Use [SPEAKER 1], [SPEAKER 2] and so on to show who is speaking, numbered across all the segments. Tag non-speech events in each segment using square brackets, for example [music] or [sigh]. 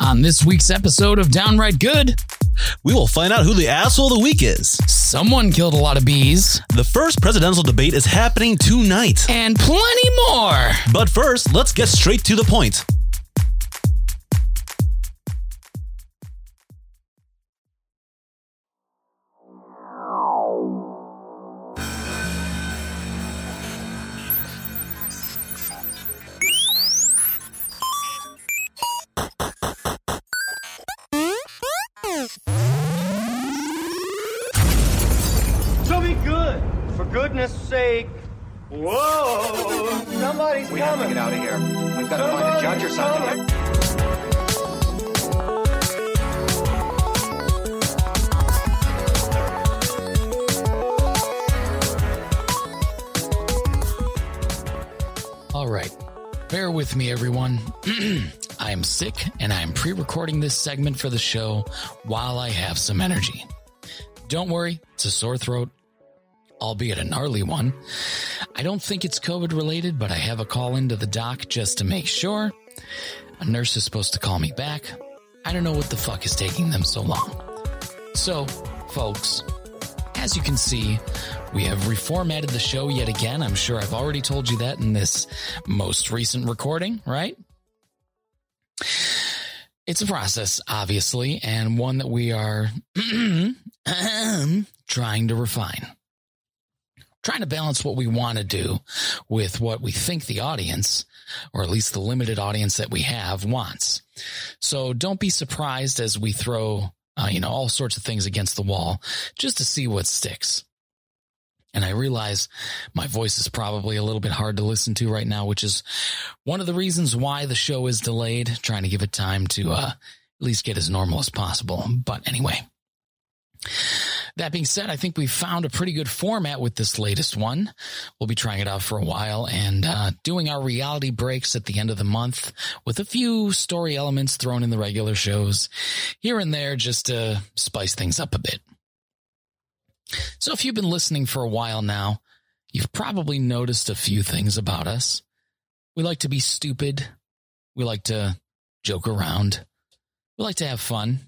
[SPEAKER 1] On this week's episode of Downright Good,
[SPEAKER 2] We will find out who the asshole of the week is.
[SPEAKER 1] someone killed a lot of bees,
[SPEAKER 2] The first presidential debate is happening tonight.
[SPEAKER 1] and plenty more.
[SPEAKER 2] But first, let's get straight to the point.
[SPEAKER 3] So be good. For goodness sake. Whoa! Somebody's
[SPEAKER 4] We have to
[SPEAKER 3] coming.
[SPEAKER 4] get out of here. We've got to find a
[SPEAKER 3] Somebody's
[SPEAKER 4] judge or something.
[SPEAKER 3] coming.
[SPEAKER 1] All right. Bear with me, everyone. [clears throat] I am sick and I am pre recording this segment for the show while I have some energy. Don't worry, it's a sore throat, albeit a gnarly one. I don't think it's COVID related, but I have a call into the doc just to make sure. A nurse is supposed to call me back. I don't know what the fuck is taking them so long. So, folks, as you can see, we have reformatted the show yet again. I'm sure I've already told you that in this most recent recording, right? It's a process, obviously, and one that we are [clears throat] trying to refine. Trying to balance what we want to do with what we think the audience, or at least the limited audience that we have, wants. So don't be surprised as we throw, uh, you know, all sorts of things against the wall just to see what sticks. And I realize my voice is probably a little bit hard to listen to right now, which is one of the reasons why the show is delayed, trying to give it time to uh, at least get as normal as possible. But anyway, that being said, I think we've found a pretty good format with this latest one. We'll be trying it out for a while and uh, doing our reality breaks at the end of the month with a few story elements thrown in the regular shows here and there just to spice things up a bit. So if you've been listening for a while now, you've probably noticed a few things about us. We like to be stupid. We like to joke around. We like to have fun.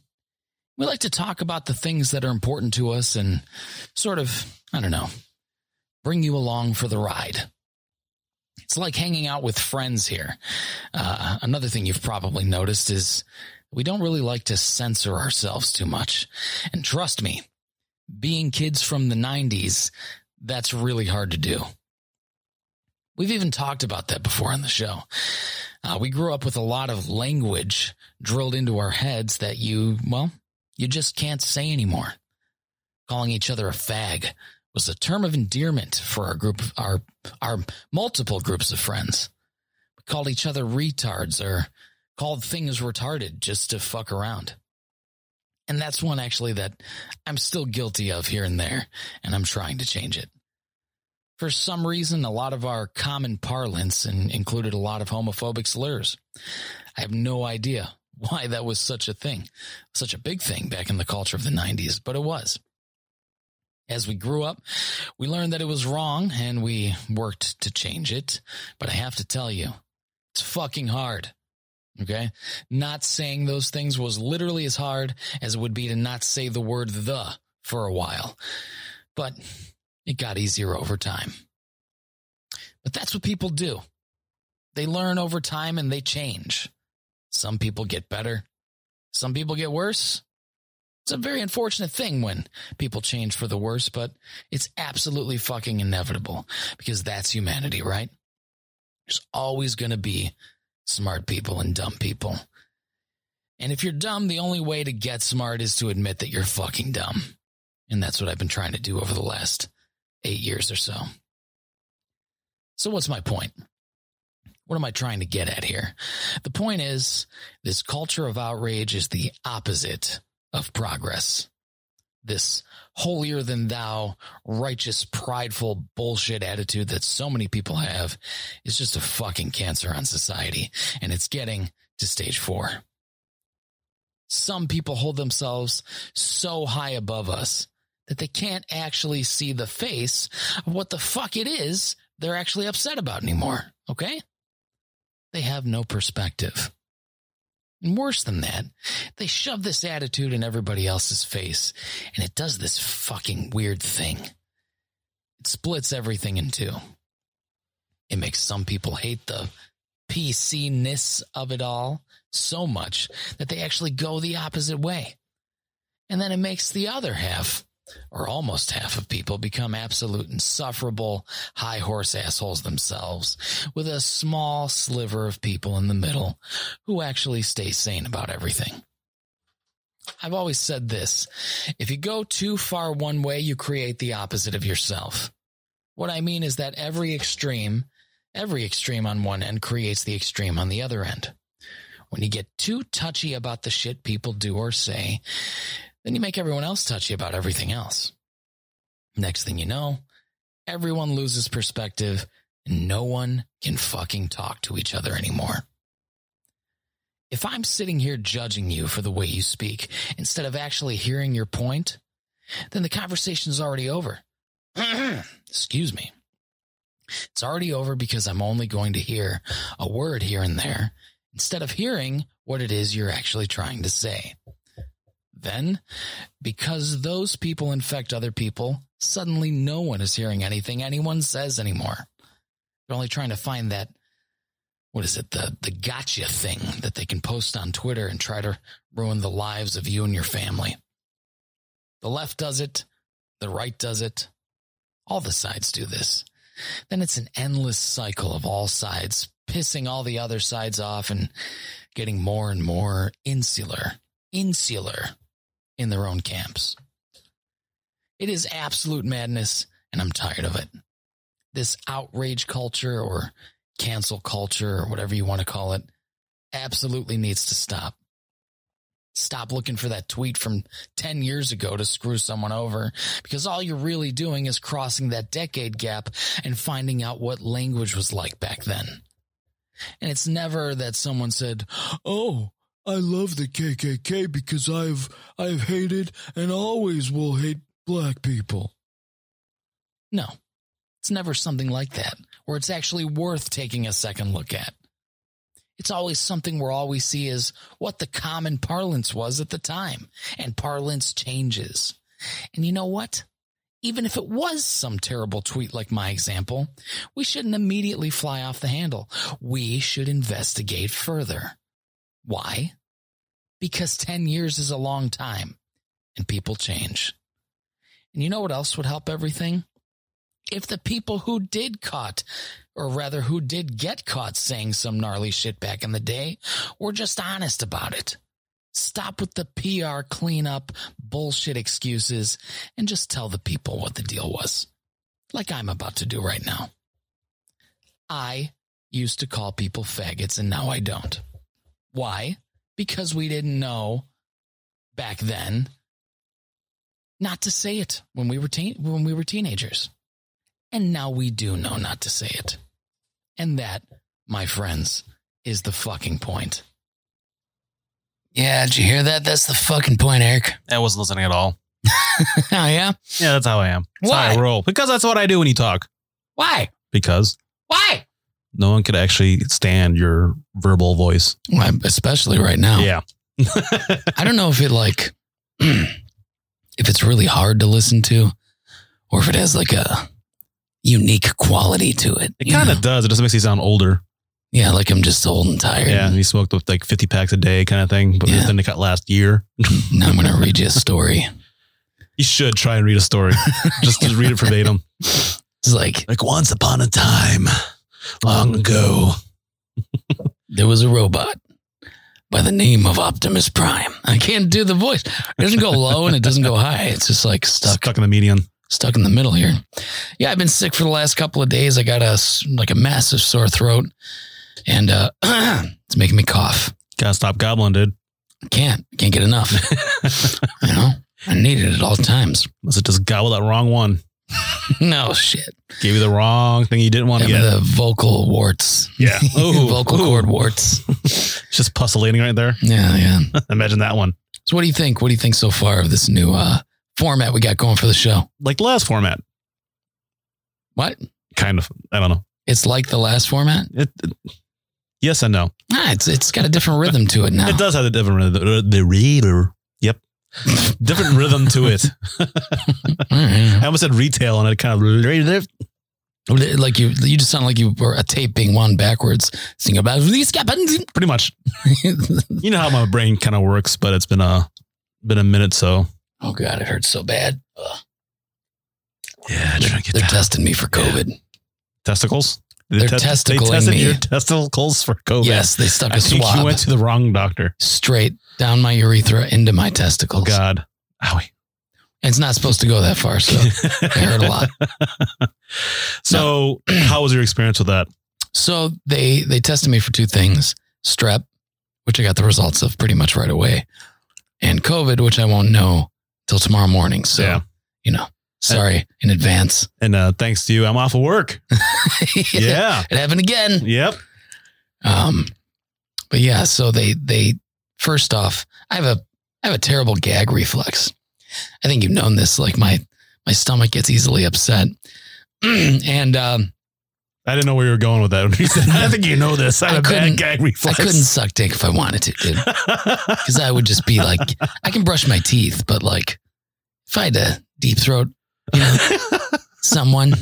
[SPEAKER 1] We like to talk about the things that are important to us and sort of, I don't know, bring you along for the ride. It's like hanging out with friends here. Uh, another thing you've probably noticed is we don't really like to censor ourselves too much. And trust me, being kids from the 90s, that's really hard to do. We've even talked about that before on the show. Uh, we grew up with a lot of language drilled into our heads that you, well, you just can't say anymore. Calling each other a fag was a term of endearment for our group, our, our multiple groups of friends. We called each other retards or called things retarded just to fuck around. And that's one actually that I'm still guilty of here and there, and I'm trying to change it. For some reason, a lot of our common parlance and included a lot of homophobic slurs. I have no idea [laughs] why that was such a thing, such a big thing back in the culture of the 90s, but it was. As we grew up, we learned that it was wrong and we worked to change it. But I have to tell you, it's fucking hard. Okay. Not saying those things was literally as hard as it would be to not say the word the for a while, but it got easier over time. But that's what people do. They learn over time and they change. Some people get better. Some people get worse. It's a very unfortunate thing when people change for the worse, but it's absolutely fucking inevitable because that's humanity, right? There's always going to be smart people and dumb people. And if you're dumb, the only way to get smart is to admit that you're fucking dumb. And that's what I've been trying to do over the last eight years or so. So, what's my point? What am I trying to get at here? The point is this culture of outrage is the opposite of progress. This holier than thou, righteous, prideful bullshit attitude that so many people have is just a fucking cancer on society, and it's getting to stage four. Some people hold themselves so high above us that they can't actually see the face of what the fuck it is they're actually upset about anymore, okay? They have no perspective. And worse than that, they shove this attitude in everybody else's face and it does this fucking weird thing. It splits everything in two. It makes some people hate the PC ness of it all so much that they actually go the opposite way. And then it makes the other half, or almost half of people, become absolute insufferable, high horse assholes themselves, with a small sliver of people in the middle who actually stay sane about everything. I've always said this if you go too far one way, you create the opposite of yourself. What I mean is that every extreme, every extreme on one end creates the extreme on the other end. When you get too touchy about the shit people do or say, then you make everyone else touchy about everything else. Next thing you know, everyone loses perspective and no one can fucking talk to each other anymore. If I'm sitting here judging you for the way you speak instead of actually hearing your point, then the conversation's already over. [clears throat] Excuse me. It's already over because I'm only going to hear a word here and there instead of hearing what it is you're actually trying to say. Then, because those people infect other people, suddenly no one is hearing anything anyone says anymore. They're only trying to find that what is it, the the gotcha thing that they can post on Twitter and try to ruin the lives of you and your family. The left does it, the right does it, all the sides do this. Then it's an endless cycle of all sides pissing all the other sides off and getting more and more insular, insular in their own camps. It is absolute madness, and I'm tired of it. This outrage culture or cancel culture or whatever you want to call it absolutely needs to stop. Stop looking for that tweet from 10 years ago to screw someone over because all you're really doing is crossing that decade gap and finding out what language was like back then. And it's never that someone said, Oh, I love the KKK because I've, I've hated and always will hate black people. No, it's never something like that where it's actually worth taking a second look at. It's always something where all we see is what the common parlance was at the time, and parlance changes. And you know what? Even if it was some terrible tweet like my example, we shouldn't immediately fly off the handle. We should investigate further. Why? Because 10 years is a long time and people change. And you know what else would help everything? if the people who did caught, or rather who did get caught saying some gnarly shit back in the day, were just honest about it. Stop with the PR cleanup bullshit excuses and just tell the people what the deal was, like I'm about to do right now. I used to call people faggots and now I don't. Why? Because we didn't know back then not to say it when we were teen- when we were teenagers. And now we do know not to say it. And that, my friends, is the fucking point. Yeah, did you hear that? That's the fucking point, Eric.
[SPEAKER 2] I wasn't listening at all.
[SPEAKER 1] [laughs] oh, yeah?
[SPEAKER 2] Yeah, that's how I am. That's how I
[SPEAKER 1] Why?
[SPEAKER 2] roll. Because that's what I do when you talk.
[SPEAKER 1] Why?
[SPEAKER 2] Because
[SPEAKER 1] Why?
[SPEAKER 2] no one could actually stand your verbal voice.
[SPEAKER 1] Especially right now.
[SPEAKER 2] Yeah.
[SPEAKER 1] I don't know if it like, [clears throat] if it's really hard to listen to or if it has like a unique quality to it.
[SPEAKER 2] It
[SPEAKER 1] you
[SPEAKER 2] kind of
[SPEAKER 1] know?
[SPEAKER 2] does. It just makes you sound older.
[SPEAKER 1] Yeah, like I'm just old and tired.
[SPEAKER 2] Yeah. And you smoked with like 50 packs a day kind of thing. But
[SPEAKER 1] Yeah.
[SPEAKER 2] then it got last year.
[SPEAKER 1] Now I'm going to read you a story.
[SPEAKER 2] You should try and read a [laughs] story. just, just read it verbatim.
[SPEAKER 1] It's like,
[SPEAKER 2] Like once upon a time, long ago.
[SPEAKER 1] there was a robot by the name of Optimus Prime. I can't do the voice. It doesn't go low and it doesn't go high. It's just like stuck,
[SPEAKER 2] Stuck in the median.
[SPEAKER 1] stuck in the middle here. Yeah, I've been sick for the last couple of days. I got a s- like a massive sore throat, and uh, [clears throat] it's making me cough.
[SPEAKER 2] Gotta stop gobbling, dude.
[SPEAKER 1] I can't, can't get
[SPEAKER 2] [laughs]
[SPEAKER 1] enough. you know, I need it at all times. [laughs]
[SPEAKER 2] Must have just gobbled that wrong one.
[SPEAKER 1] no shit,
[SPEAKER 2] Gave you the wrong thing you didn't want
[SPEAKER 1] I'm
[SPEAKER 2] to get.
[SPEAKER 1] the vocal warts.
[SPEAKER 2] Yeah. Oh,
[SPEAKER 1] [laughs]
[SPEAKER 2] Ooh,
[SPEAKER 1] vocal
[SPEAKER 2] ooh.
[SPEAKER 1] cord warts.
[SPEAKER 2] [laughs] It's just pussulating right there. [laughs]
[SPEAKER 1] Yeah, yeah.
[SPEAKER 2] Imagine that one.
[SPEAKER 1] So, what do you think? What do you think so far of this new uh, format we got going for the show?
[SPEAKER 2] Like the last format,
[SPEAKER 1] What?
[SPEAKER 2] kind of. I don't know.
[SPEAKER 1] It's like the last format.
[SPEAKER 2] It, it- Yes and no.
[SPEAKER 1] Ah, it's it's got a different rhythm to it now.
[SPEAKER 2] [laughs] It does have a different rhythm. The reader. Yep. [laughs] different rhythm to it.
[SPEAKER 1] Mm,
[SPEAKER 2] I almost said retail and it kind of.
[SPEAKER 1] yeah. Like you, you just sound like you were a tape being wound backwards. Sing about
[SPEAKER 2] Pretty much. You know how my brain kind of works, but it's been a been a minute, so
[SPEAKER 1] [laughs] Oh god, it hurts so bad. Ugh.
[SPEAKER 2] yeah.
[SPEAKER 1] They're, they're testing me for COVID.
[SPEAKER 2] testicles. They
[SPEAKER 1] They're
[SPEAKER 2] They
[SPEAKER 1] testicling
[SPEAKER 2] tested
[SPEAKER 1] me.
[SPEAKER 2] your testicles for COVID.
[SPEAKER 1] Yes, they stuck
[SPEAKER 2] Oh, I
[SPEAKER 1] a
[SPEAKER 2] think
[SPEAKER 1] swab
[SPEAKER 2] you went to the wrong doctor.
[SPEAKER 1] straight down my urethra into my testicles.
[SPEAKER 2] Oh God. Owie.
[SPEAKER 1] It's not supposed to go that far,
[SPEAKER 2] [laughs]
[SPEAKER 1] so I hurt a lot.
[SPEAKER 2] So, [clears throat] how was your experience with that?
[SPEAKER 1] So they they tested me for two things: strep, which I got the results of pretty much right away, and COVID, which I won't know till tomorrow morning. So
[SPEAKER 2] Yeah.
[SPEAKER 1] you know, sorry in advance. [laughs]
[SPEAKER 2] And uh, thanks to you, I'm off of work. Yeah.
[SPEAKER 1] it happened again.
[SPEAKER 2] yep.
[SPEAKER 1] Um, but yeah, so they they first off, I have a I have a terrible gag reflex. I think you've known this. Like my my stomach gets easily upset, [clears throat] and um,
[SPEAKER 2] I didn't know where you were going with that. [laughs] You said, I think you know this. I
[SPEAKER 1] I
[SPEAKER 2] have a
[SPEAKER 1] couldn't-
[SPEAKER 2] bad gag
[SPEAKER 1] I
[SPEAKER 2] reflex.
[SPEAKER 1] couldn't
[SPEAKER 2] [laughs]
[SPEAKER 1] suck dick if I wanted to, dude. because I would just be
[SPEAKER 2] [laughs]
[SPEAKER 1] like, I can brush my teeth, but like, if I had to deep throat, you
[SPEAKER 2] [laughs]
[SPEAKER 1] know, someone.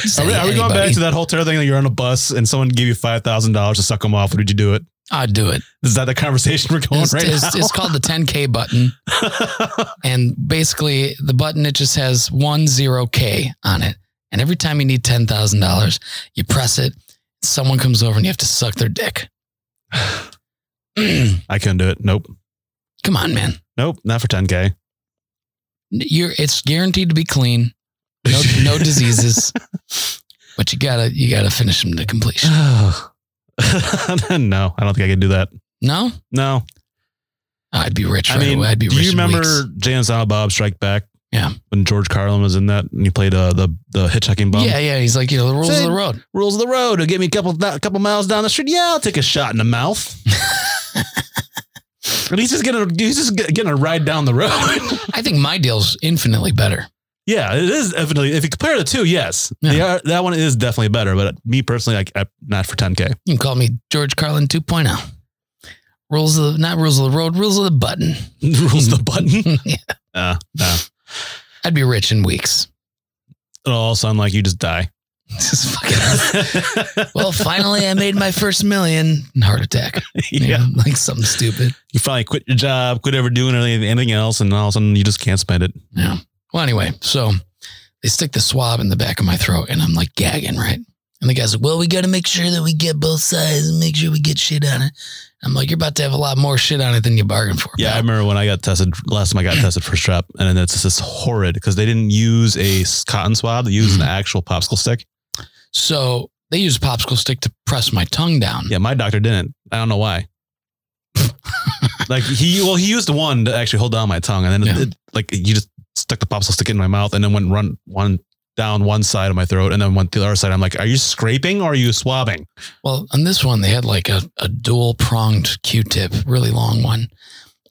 [SPEAKER 1] just
[SPEAKER 2] are, we,
[SPEAKER 1] any-
[SPEAKER 2] are we going back
[SPEAKER 1] anybody,
[SPEAKER 2] to that whole terror thing that you're on a bus and someone give you five thousand dollars to suck them off? Would you do it?
[SPEAKER 1] I'd do it.
[SPEAKER 2] Is that the conversation we're going
[SPEAKER 1] It's,
[SPEAKER 2] right
[SPEAKER 1] it's- it's called the 10K button.
[SPEAKER 2] now?
[SPEAKER 1] And basically, the button, it just has one zero K on it. And every time you need $10,000, you press it, someone comes over and you have to suck their
[SPEAKER 2] [sighs]
[SPEAKER 1] dick. [clears throat] Come
[SPEAKER 2] [laughs] I couldn't do it. Nope.
[SPEAKER 1] on, man.
[SPEAKER 2] Nope. Not for ten k.
[SPEAKER 1] You're, it's guaranteed to be clean. no,
[SPEAKER 2] [laughs]
[SPEAKER 1] no
[SPEAKER 2] [sighs]
[SPEAKER 1] diseases. But you gotta you gotta finish them to completion.
[SPEAKER 2] no, I don't think I could do that.
[SPEAKER 1] No, Oh,
[SPEAKER 2] No,
[SPEAKER 1] I'd be rich right
[SPEAKER 2] I mean,
[SPEAKER 1] away. I'd be
[SPEAKER 2] do
[SPEAKER 1] rich.
[SPEAKER 2] you
[SPEAKER 1] in
[SPEAKER 2] remember
[SPEAKER 1] weeks.
[SPEAKER 2] Jay and Silent Bob Strike Back?
[SPEAKER 1] Yeah.
[SPEAKER 2] when George Carlin was in that, and he played uh, the the hitchhiking bum.
[SPEAKER 1] Yeah, yeah. He's like, you know, the rules of
[SPEAKER 2] Say-
[SPEAKER 1] the road.
[SPEAKER 2] rules of the road. It'll get me a couple a couple miles down the street. Yeah, I'll take a shot in
[SPEAKER 1] [laughs]
[SPEAKER 2] the mouth. But he's just gonna he's just get- getting a ride down the road. [laughs]
[SPEAKER 1] I think my deal's infinitely better.
[SPEAKER 2] yeah, it is definitely. If you compare the two, yes,
[SPEAKER 1] Yeah.
[SPEAKER 2] They are- that one is definitely better. But me personally, I, I not for 10k.
[SPEAKER 1] You can call me George Carlin 2.0. Rules of the, not rules of the road, rules of the button.
[SPEAKER 2] [laughs]
[SPEAKER 1] [laughs]
[SPEAKER 2] rules of the button.
[SPEAKER 1] Yeah.
[SPEAKER 2] Uh, no.
[SPEAKER 1] I'd be rich in weeks. [laughs]
[SPEAKER 2] It'll all sound like you just die. [laughs]
[SPEAKER 1] Just fucking- well, finally, I made my first million. Heart attack. You
[SPEAKER 2] [laughs] yeah,
[SPEAKER 1] know, like something stupid.
[SPEAKER 2] you finally quit your job, quit ever doing anything, anything else, and all of a sudden you just can't spend it.
[SPEAKER 1] Yeah. Well, anyway, so they stick the swab in the back of my throat and I'm like gagging, right? And the guy's like, well, we got to make sure that we get both sides and make sure we get shit on it. I'm like, you're about to have a lot more shit on it than you bargained for.
[SPEAKER 2] Yeah, I
[SPEAKER 1] pal."
[SPEAKER 2] remember when I got tested last time I [clears throat] got tested for strep, and then it's just horrid because they didn't use a s- cotton swab; they used an actual popsicle stick.
[SPEAKER 1] So they use a popsicle stick to press my tongue down.
[SPEAKER 2] Yeah, my doctor didn't. I don't know [laughs] why. like he, well, he used one to actually hold down my tongue, and then it-
[SPEAKER 1] Yeah.
[SPEAKER 2] it, like you just stuck the popsicle stick in my mouth, and then went run one down one side of my throat, and then went to the other side. I'm like, are you scraping or are you swabbing?
[SPEAKER 1] Well, on this one, they had like a, a dual pronged Q tip, really long one.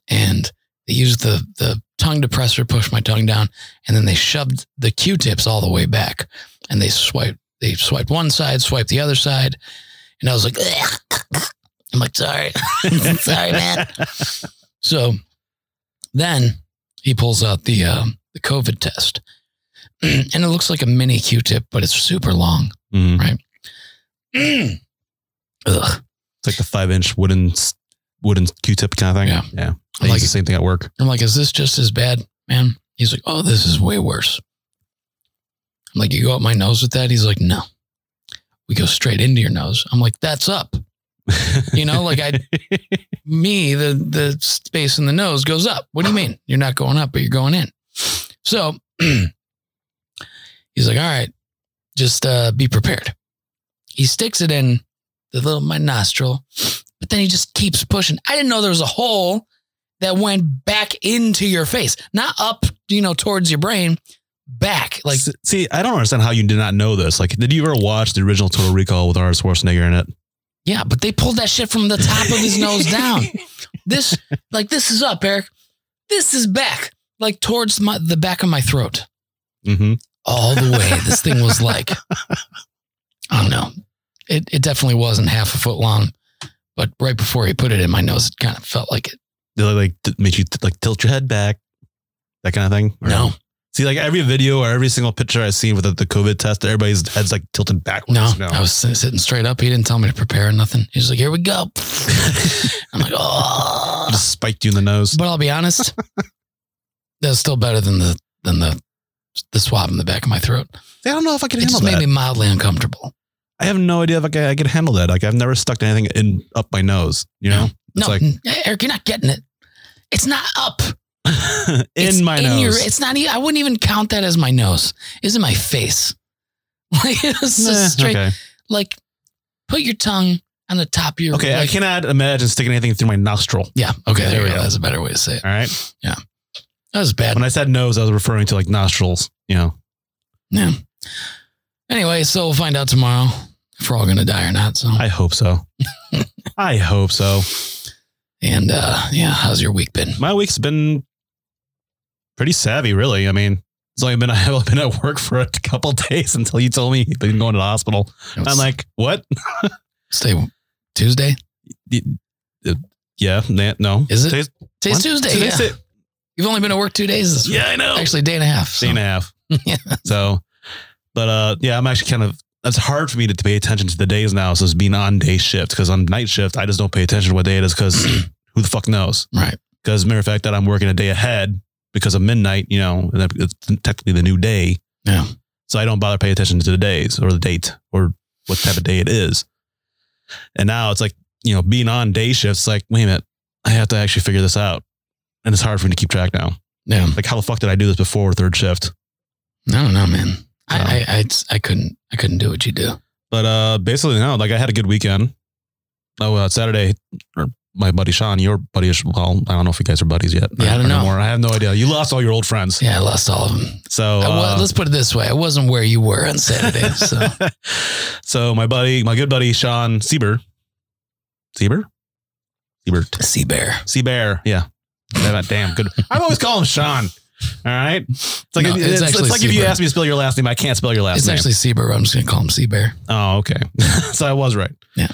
[SPEAKER 1] And they used the, the tongue depressor to push my tongue down. And then they shoved the Q tips all the way back. And they swiped, they swiped one side, swiped the other side. And I was like, "Ugh." I'm like, sorry. [laughs] sorry, man. So then he pulls out the, um, the COVID test. [clears throat] and it looks like a mini Q tip, but it's super long. [clears throat]
[SPEAKER 2] Mm.
[SPEAKER 1] Ugh.
[SPEAKER 2] It's like the five inch wooden s- wooden Q-tip kind of thing.
[SPEAKER 1] Yeah.
[SPEAKER 2] yeah. They
[SPEAKER 1] Like-
[SPEAKER 2] use the same thing at work.
[SPEAKER 1] I'm like, is this just as bad, man? He's like, oh, this is way worse. I'm like, you go up my nose with that? He's like, no. We go straight into your nose. I'm like, that's up. [laughs] You know, like
[SPEAKER 2] [laughs]
[SPEAKER 1] I, me, the the space in the nose goes up. What do you mean? You're not going up, but you're going in. So [clears throat] he's like, all right, just uh, be prepared. He sticks it in the little my nostril, but then he just keeps pushing. I didn't know there was a hole that went back into your face, not up, you know, towards your brain, back. Like,
[SPEAKER 2] Like, see, I don't understand how you did not know this. Like, did you ever watch the original Total Recall with Arnold Schwarzenegger in it?
[SPEAKER 1] yeah, but they pulled that shit from the top of his nose down. This, like, this is up, Eric. This is back, like towards my, the back of my throat.
[SPEAKER 2] Mm-hmm.
[SPEAKER 1] all the way. This thing was like, I don't know, it, it definitely wasn't half a foot long, but right before he put it in my nose, it kind of felt like it.
[SPEAKER 2] They like t- make you t- like tilt your head back, that kind of thing. Or-
[SPEAKER 1] No,
[SPEAKER 2] See, like every video or every single picture I've seen with the, the COVID test, everybody's heads like tilted backwards.
[SPEAKER 1] no,
[SPEAKER 2] now.
[SPEAKER 1] I was si- sitting straight up. He didn't tell me to prepare nothing. He's like, here we go. I'm like, oh,
[SPEAKER 2] It just spiked you in the nose.
[SPEAKER 1] but I'll be
[SPEAKER 2] [laughs]
[SPEAKER 1] honest, that's still better than the, than the, the swab in the back of my throat.
[SPEAKER 2] I don't know if I can
[SPEAKER 1] It
[SPEAKER 2] handle
[SPEAKER 1] just
[SPEAKER 2] that.
[SPEAKER 1] made me mildly uncomfortable.
[SPEAKER 2] I have no idea if I can, I can handle that. Like I've never stuck anything in up my nose. You know, [laughs]
[SPEAKER 1] No,
[SPEAKER 2] it's like
[SPEAKER 1] n- eh, Eric, you're not getting it. It's not up.
[SPEAKER 2] in
[SPEAKER 1] It's
[SPEAKER 2] my nose.
[SPEAKER 1] your- it's not. e- I wouldn't even count that as my nose. It's in my face. [laughs] Like it was
[SPEAKER 2] Nah,
[SPEAKER 1] just straight.
[SPEAKER 2] Eh, okay,
[SPEAKER 1] Like put your tongue on the top of your.
[SPEAKER 2] okay. I
[SPEAKER 1] like-
[SPEAKER 2] cannot imagine sticking anything through my nostril.
[SPEAKER 1] Yeah. Okay. There,
[SPEAKER 2] There
[SPEAKER 1] we
[SPEAKER 2] we
[SPEAKER 1] go.
[SPEAKER 2] go.
[SPEAKER 1] That's a better way to say it.
[SPEAKER 2] All right.
[SPEAKER 1] That was bad.
[SPEAKER 2] When I said nose, I was referring to like nostrils. You know,
[SPEAKER 1] yeah. Anyway, so we'll find out tomorrow if we're all gonna die or not. So
[SPEAKER 2] I hope [laughs] so. I hope so.
[SPEAKER 1] and uh yeah, how's your week been?
[SPEAKER 2] My week's been pretty savvy, really. I mean, it's only been [laughs] I've only been at work for a couple [laughs] days until you told me you've been going to the hospital. I'm like, what?
[SPEAKER 1] stay Tuesday.
[SPEAKER 2] uh, Yeah, na- no.
[SPEAKER 1] Is it?
[SPEAKER 2] Today's,
[SPEAKER 1] Today's
[SPEAKER 2] what?
[SPEAKER 1] Tuesday.
[SPEAKER 2] Today's
[SPEAKER 1] yeah.
[SPEAKER 2] it.
[SPEAKER 1] You've only been at work two days. This
[SPEAKER 2] Yeah, I know.
[SPEAKER 1] Actually, day and a half. so-
[SPEAKER 2] day and
[SPEAKER 1] [laughs]
[SPEAKER 2] a half.
[SPEAKER 1] Yeah.
[SPEAKER 2] So, but uh, yeah, I'm actually kind of. It's hard for me to, to pay attention to the days now. So it's being on day shift because on night shift, I just don't pay attention to what day it
[SPEAKER 1] [clears throat]
[SPEAKER 2] is because who the fuck knows?
[SPEAKER 1] Right.
[SPEAKER 2] Because matter of fact, that I'm working a day ahead because of midnight. You know, and that- it's technically the new day.
[SPEAKER 1] Yeah.
[SPEAKER 2] So I don't bother pay attention to the days or the date or what type of day it is. And now it's like you know being on day shifts. Like wait a minute, I have to actually figure this out, and it's hard for me to keep track now.
[SPEAKER 1] Yeah.
[SPEAKER 2] Like how the fuck did I do this before third shift?
[SPEAKER 1] I don't know, man. I,
[SPEAKER 2] So-
[SPEAKER 1] I, I, it's- I couldn't, I couldn't do what you do.
[SPEAKER 2] But uh, basically, no. Like I had a good weekend. Oh, uh, Saturday, or my buddy Sean, your buddy. Is, well, I don't know if you guys are buddies yet.
[SPEAKER 1] Yeah, I don't
[SPEAKER 2] Or
[SPEAKER 1] know.
[SPEAKER 2] no more. I have no idea. You lost all your
[SPEAKER 1] [laughs]
[SPEAKER 2] old friends.
[SPEAKER 1] Yeah, I lost all of them.
[SPEAKER 2] So
[SPEAKER 1] I wa-
[SPEAKER 2] uh,
[SPEAKER 1] let's put it this way: I wasn't where you were on
[SPEAKER 2] [laughs]
[SPEAKER 1] Saturday. so
[SPEAKER 2] so my buddy, my good buddy Sean Sieber, Sieber, Siebert,
[SPEAKER 1] sea bear.
[SPEAKER 2] Sieber. Yeah. Yeah, Damn good. I always call him Sean. All right. It's like
[SPEAKER 1] No, it's
[SPEAKER 2] it's, it's
[SPEAKER 1] actually
[SPEAKER 2] like if you
[SPEAKER 1] Sieber.
[SPEAKER 2] ask me to spell your last name, I can't spell your last
[SPEAKER 1] It's
[SPEAKER 2] name.
[SPEAKER 1] actually sea bear. but I'm just gonna call him sea bear. [laughs]
[SPEAKER 2] Oh, okay. so I was right.
[SPEAKER 1] Yeah.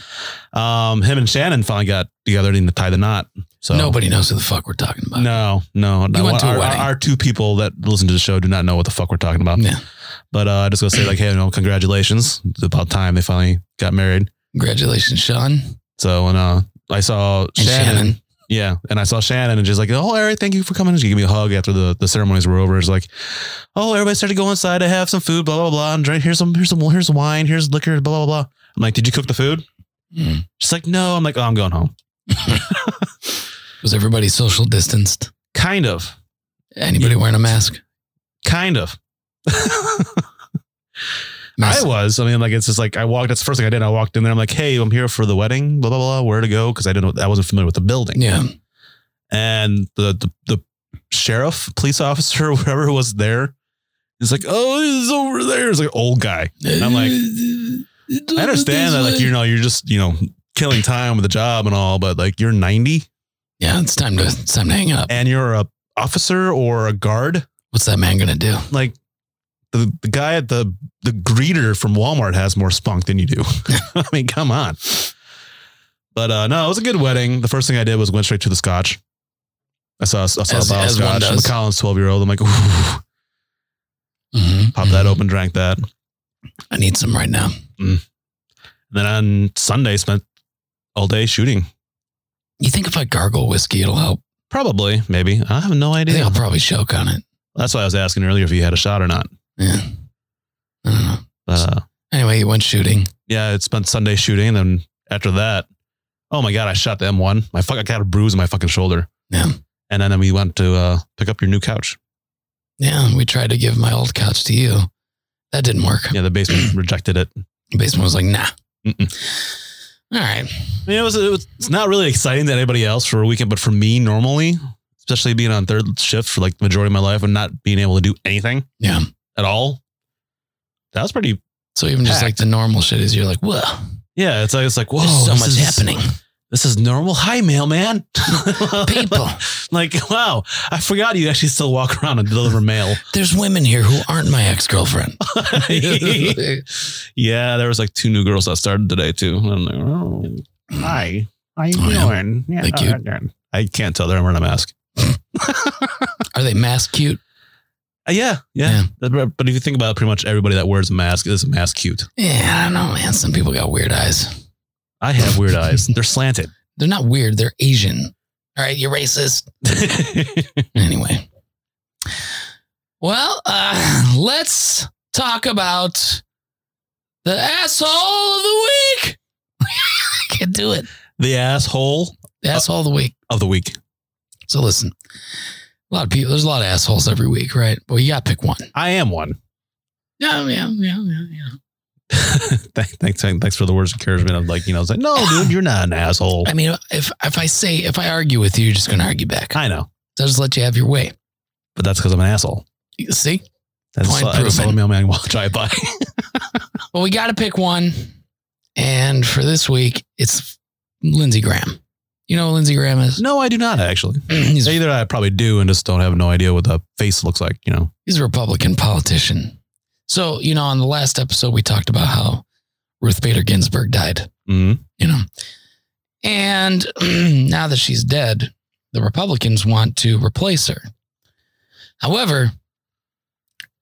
[SPEAKER 2] Um, him and Shannon finally got together to tie the knot. So
[SPEAKER 1] Nobody knows who the fuck we're talking about.
[SPEAKER 2] No, no, no.
[SPEAKER 1] went to a
[SPEAKER 2] our,
[SPEAKER 1] wedding.
[SPEAKER 2] our two people that listen to the show do not know what the fuck we're talking about.
[SPEAKER 1] Yeah.
[SPEAKER 2] But uh, I just gonna say like, hey, no, congratulations. It's about time they finally got married.
[SPEAKER 1] Congratulations, Sean and
[SPEAKER 2] So and uh, I saw Shannon.
[SPEAKER 1] Shannon.
[SPEAKER 2] Yeah, and I saw Shannon and she's like, oh, Eric, thank you for coming. She gave me a hug after the, the ceremonies were over. It's like, oh, everybody started to go inside to have some food, blah blah blah, and drink. Here's some, here's some, here's wine, here's liquor, blah blah blah. I'm like, did you cook the food?
[SPEAKER 1] Hmm.
[SPEAKER 2] She's like, no. I'm like, oh, I'm going home.
[SPEAKER 1] Was everybody social distanced?
[SPEAKER 2] Kind of,
[SPEAKER 1] Anybody wearing a mask?
[SPEAKER 2] kind of. I
[SPEAKER 1] mask?
[SPEAKER 2] was. I mean, like, it's just like I walked. That's the first thing I did. I walked in there. I'm like, hey, I'm here for the wedding. Blah blah blah. Where to go? Because I didn't. know I wasn't familiar with the building.
[SPEAKER 1] Yeah.
[SPEAKER 2] And the the, the sheriff, police officer, [laughs] whoever was there, is like, oh, it's over there. It's like old guy. And I'm like,
[SPEAKER 1] Oh,
[SPEAKER 2] I understand that. Like, you know, you're just you know killing time with the job and all, but like you're 90
[SPEAKER 1] Yeah, it's time to it's time to hang it up.
[SPEAKER 2] and you're a officer or a guard.
[SPEAKER 1] What's that man gonna do?
[SPEAKER 2] like the, the guy at the the greeter from Walmart has more spunk than you do. [laughs] I mean, come on. But uh, no, it was a good wedding. The first thing I did was went straight to the scotch. I saw I saw
[SPEAKER 1] As-
[SPEAKER 2] a bottle of
[SPEAKER 1] as one
[SPEAKER 2] scotch. I'm a
[SPEAKER 1] does.
[SPEAKER 2] Collins 12 year old. I'm like, ooh,
[SPEAKER 1] Mm-hmm.
[SPEAKER 2] pop that open, drank that. And
[SPEAKER 1] I need some right now.
[SPEAKER 2] then on Sunday, spent all day shooting.
[SPEAKER 1] You think if I gargle whiskey, it'll help?
[SPEAKER 2] Probably, maybe. I have no
[SPEAKER 1] I think
[SPEAKER 2] idea.
[SPEAKER 1] I'll probably choke on it.
[SPEAKER 2] That's why I was asking earlier if you had a shot or not.
[SPEAKER 1] Yeah. I don't know.
[SPEAKER 2] But, uh,
[SPEAKER 1] Anyway, he went shooting.
[SPEAKER 2] yeah, it spent Sunday shooting. And then after that, oh my God, I shot the M1. My fuck, I got a bruise in my fucking shoulder.
[SPEAKER 1] Yeah.
[SPEAKER 2] And then we went to uh, pick up your new couch.
[SPEAKER 1] Yeah, we tried to give my old couch to you. That didn't work.
[SPEAKER 2] Yeah, the [clears throat] basement rejected it.
[SPEAKER 1] The basement was like, nah. All right.
[SPEAKER 2] I mean, it was, it was it's not really exciting to anybody else for a weekend, but for me normally, especially being on third shift for like the majority of my life and not being able to do anything
[SPEAKER 1] Yeah.
[SPEAKER 2] at all, that was pretty.
[SPEAKER 1] So even just like the normal shit is you're like, whoa,
[SPEAKER 2] Yeah, it's like it's like whoa,
[SPEAKER 1] there's so
[SPEAKER 2] this
[SPEAKER 1] much
[SPEAKER 2] [laughs] is-
[SPEAKER 1] happening.
[SPEAKER 2] this is normal. Hi, mailman. [laughs]
[SPEAKER 1] People,
[SPEAKER 2] like, wow, I forgot you actually still walk around and deliver mail.
[SPEAKER 5] There's women here who aren't my ex
[SPEAKER 1] [laughs]
[SPEAKER 2] [laughs]
[SPEAKER 5] girlfriend.
[SPEAKER 1] yeah,
[SPEAKER 2] yeah, there was like two new girls that started today too. And I'm like, oh, hi, how you
[SPEAKER 5] Oh, yeah.
[SPEAKER 2] doing? Yeah,
[SPEAKER 5] They cute.
[SPEAKER 2] uh, I can't tell. They're wearing a mask.
[SPEAKER 5] Are they mask cute?
[SPEAKER 2] Uh, yeah, yeah, But- But if you think about it, pretty much everybody that wears a mask is a mask cute.
[SPEAKER 5] Yeah, I don't know, man. Some people got weird eyes.
[SPEAKER 2] I have weird eyes. They're slanted. [laughs]
[SPEAKER 5] They're not weird. They're Asian. All right, you're racist. Anyway.
[SPEAKER 1] Well, uh, [laughs] let's talk about the asshole of the week. [laughs]
[SPEAKER 5] I can't do it.
[SPEAKER 2] the asshole
[SPEAKER 1] Asshole of the week.
[SPEAKER 2] of the week.
[SPEAKER 1] So listen, a lot of people. There's a lot of assholes every week, right? Well, you got to pick one.
[SPEAKER 2] I am one. [laughs]
[SPEAKER 1] Yeah, yeah, yeah, yeah, yeah.
[SPEAKER 2] Thank- Thanks, thanks for the words of encouragement. I'm like, you know, it's like, no, dude, you're not an asshole.
[SPEAKER 1] I mean, if if I say if I argue with you, you're just going to argue back.
[SPEAKER 2] I know,
[SPEAKER 1] So I'll just let you have your way.
[SPEAKER 2] but that's because I'm an asshole.
[SPEAKER 1] You See?
[SPEAKER 2] That's
[SPEAKER 1] Point
[SPEAKER 2] why I just saw the
[SPEAKER 1] proven.
[SPEAKER 2] mailman walk drive by.
[SPEAKER 1] Well, we got to pick one, and for this week, it's Lindsey Graham. You know who Lindsey Graham is?
[SPEAKER 2] no, I do not actually.
[SPEAKER 1] [clears throat] he's,
[SPEAKER 2] Either I probably do and just don't have no idea what the face looks like, you know.
[SPEAKER 1] he's a Republican politician. So you know, on the last episode, we talked about how Ruth Bader Ginsburg died.
[SPEAKER 2] Mm-hmm.
[SPEAKER 1] you know. And [clears throat] now that she's dead, the Republicans want to replace her. However,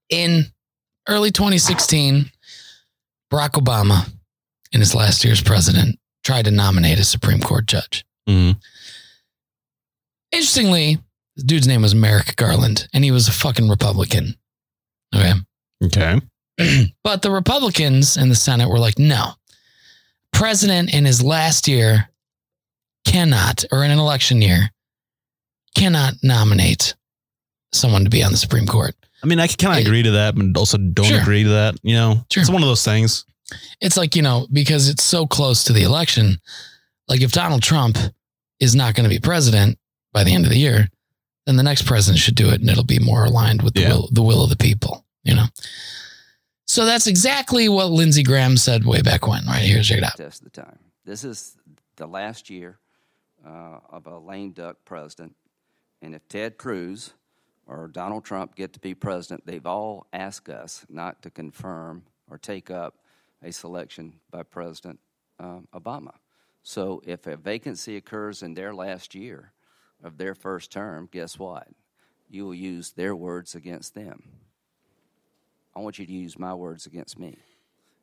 [SPEAKER 1] in early 2016, Barack Obama, in his last year as president, tried to nominate a Supreme Court judge.
[SPEAKER 2] Mm-hmm.
[SPEAKER 1] Interestingly, the dude's name was Merrick Garland, and he was a fucking Republican. Okay.
[SPEAKER 2] Okay.
[SPEAKER 1] but the Republicans in the Senate were like, no, president in his last year cannot, or in an election year, cannot nominate someone to be on the Supreme Court.
[SPEAKER 2] I mean, I kind of agree to that, but also don't
[SPEAKER 1] Sure.
[SPEAKER 2] agree to that, you know.
[SPEAKER 1] Sure.
[SPEAKER 2] It's one of those things.
[SPEAKER 1] It's like, you know, because it's so close to the election, like if Donald Trump is not going to be president by the end of the year, then the next president should do it and it'll be more aligned with the
[SPEAKER 2] Yeah.
[SPEAKER 1] will the will of the people, you know. So that's exactly what Lindsey Graham said way back when, right? Here, check it out.
[SPEAKER 6] test the time. This is the last year uh, of a lame duck president. And if Ted Cruz or Donald Trump get to be president, they've all asked us not to confirm or take up a selection by President um, Obama. So if a vacancy occurs in their last year of their first term, guess what? You will use their words against them. I want you to use my words against me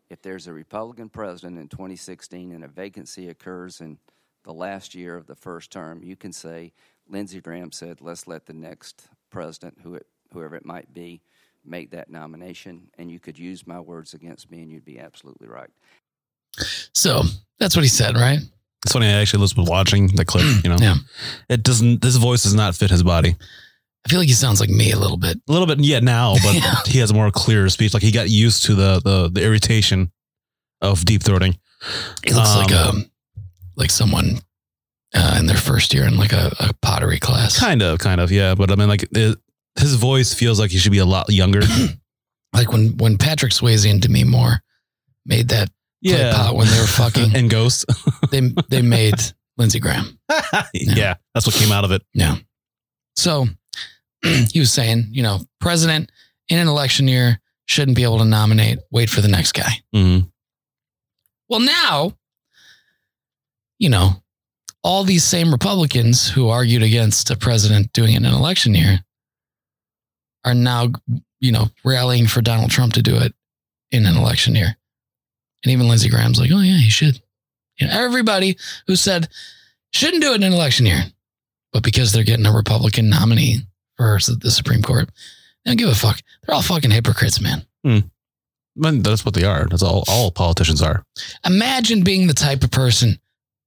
[SPEAKER 6] if there's a Republican president in 2016 and a vacancy occurs in the last year of the first term, you can say Lindsey Graham said, "Let's let the next president, who it, whoever it might be, make that nomination," and you could use my words against me, and you'd be absolutely right.
[SPEAKER 1] So that's what he said, right?
[SPEAKER 2] It's funny. I actually was watching the clip,
[SPEAKER 1] [clears throat]
[SPEAKER 2] you know.
[SPEAKER 1] Yeah.
[SPEAKER 2] It doesn't, this voice does not fit his body.
[SPEAKER 1] I feel like he sounds like me a little bit.
[SPEAKER 2] A little bit, yeah, now,
[SPEAKER 1] [laughs]
[SPEAKER 2] but
[SPEAKER 1] Yeah.
[SPEAKER 2] he has a more clear speech. Like he got used to the the, the irritation of deep throating.
[SPEAKER 1] He looks like
[SPEAKER 2] Um,
[SPEAKER 1] um like someone uh, in their first year in like a, a pottery class.
[SPEAKER 2] Kind of, kind of, yeah. But I mean, like it, his voice feels like he should be a
[SPEAKER 1] [clears throat]
[SPEAKER 2] lot younger.
[SPEAKER 1] Like when when Patrick Swayze and Demi Moore made that play pot when
[SPEAKER 2] [laughs]
[SPEAKER 1] they were fucking,
[SPEAKER 2] and Ghost.
[SPEAKER 1] they they
[SPEAKER 2] [laughs]
[SPEAKER 1] made Lindsey Graham.
[SPEAKER 2] yeah, that's what came out of it.
[SPEAKER 1] So [clears throat] he was saying, you know, president in an election year shouldn't be able to nominate. Wait for the next guy.
[SPEAKER 2] Mm-hmm.
[SPEAKER 1] Well, now, you know, all these same Republicans who argued against a president doing it in an election year are now, you know, rallying for Donald Trump to do it in an election year. And even Lindsey Graham's like, oh, yeah, he should. You know, everybody who said shouldn't do it in an election year, but because they're getting a Republican nominee for the Supreme Court, they don't give a fuck. They're all fucking hypocrites, man.
[SPEAKER 2] that's what they are. That's all. All politicians are.
[SPEAKER 1] imagine being the type of person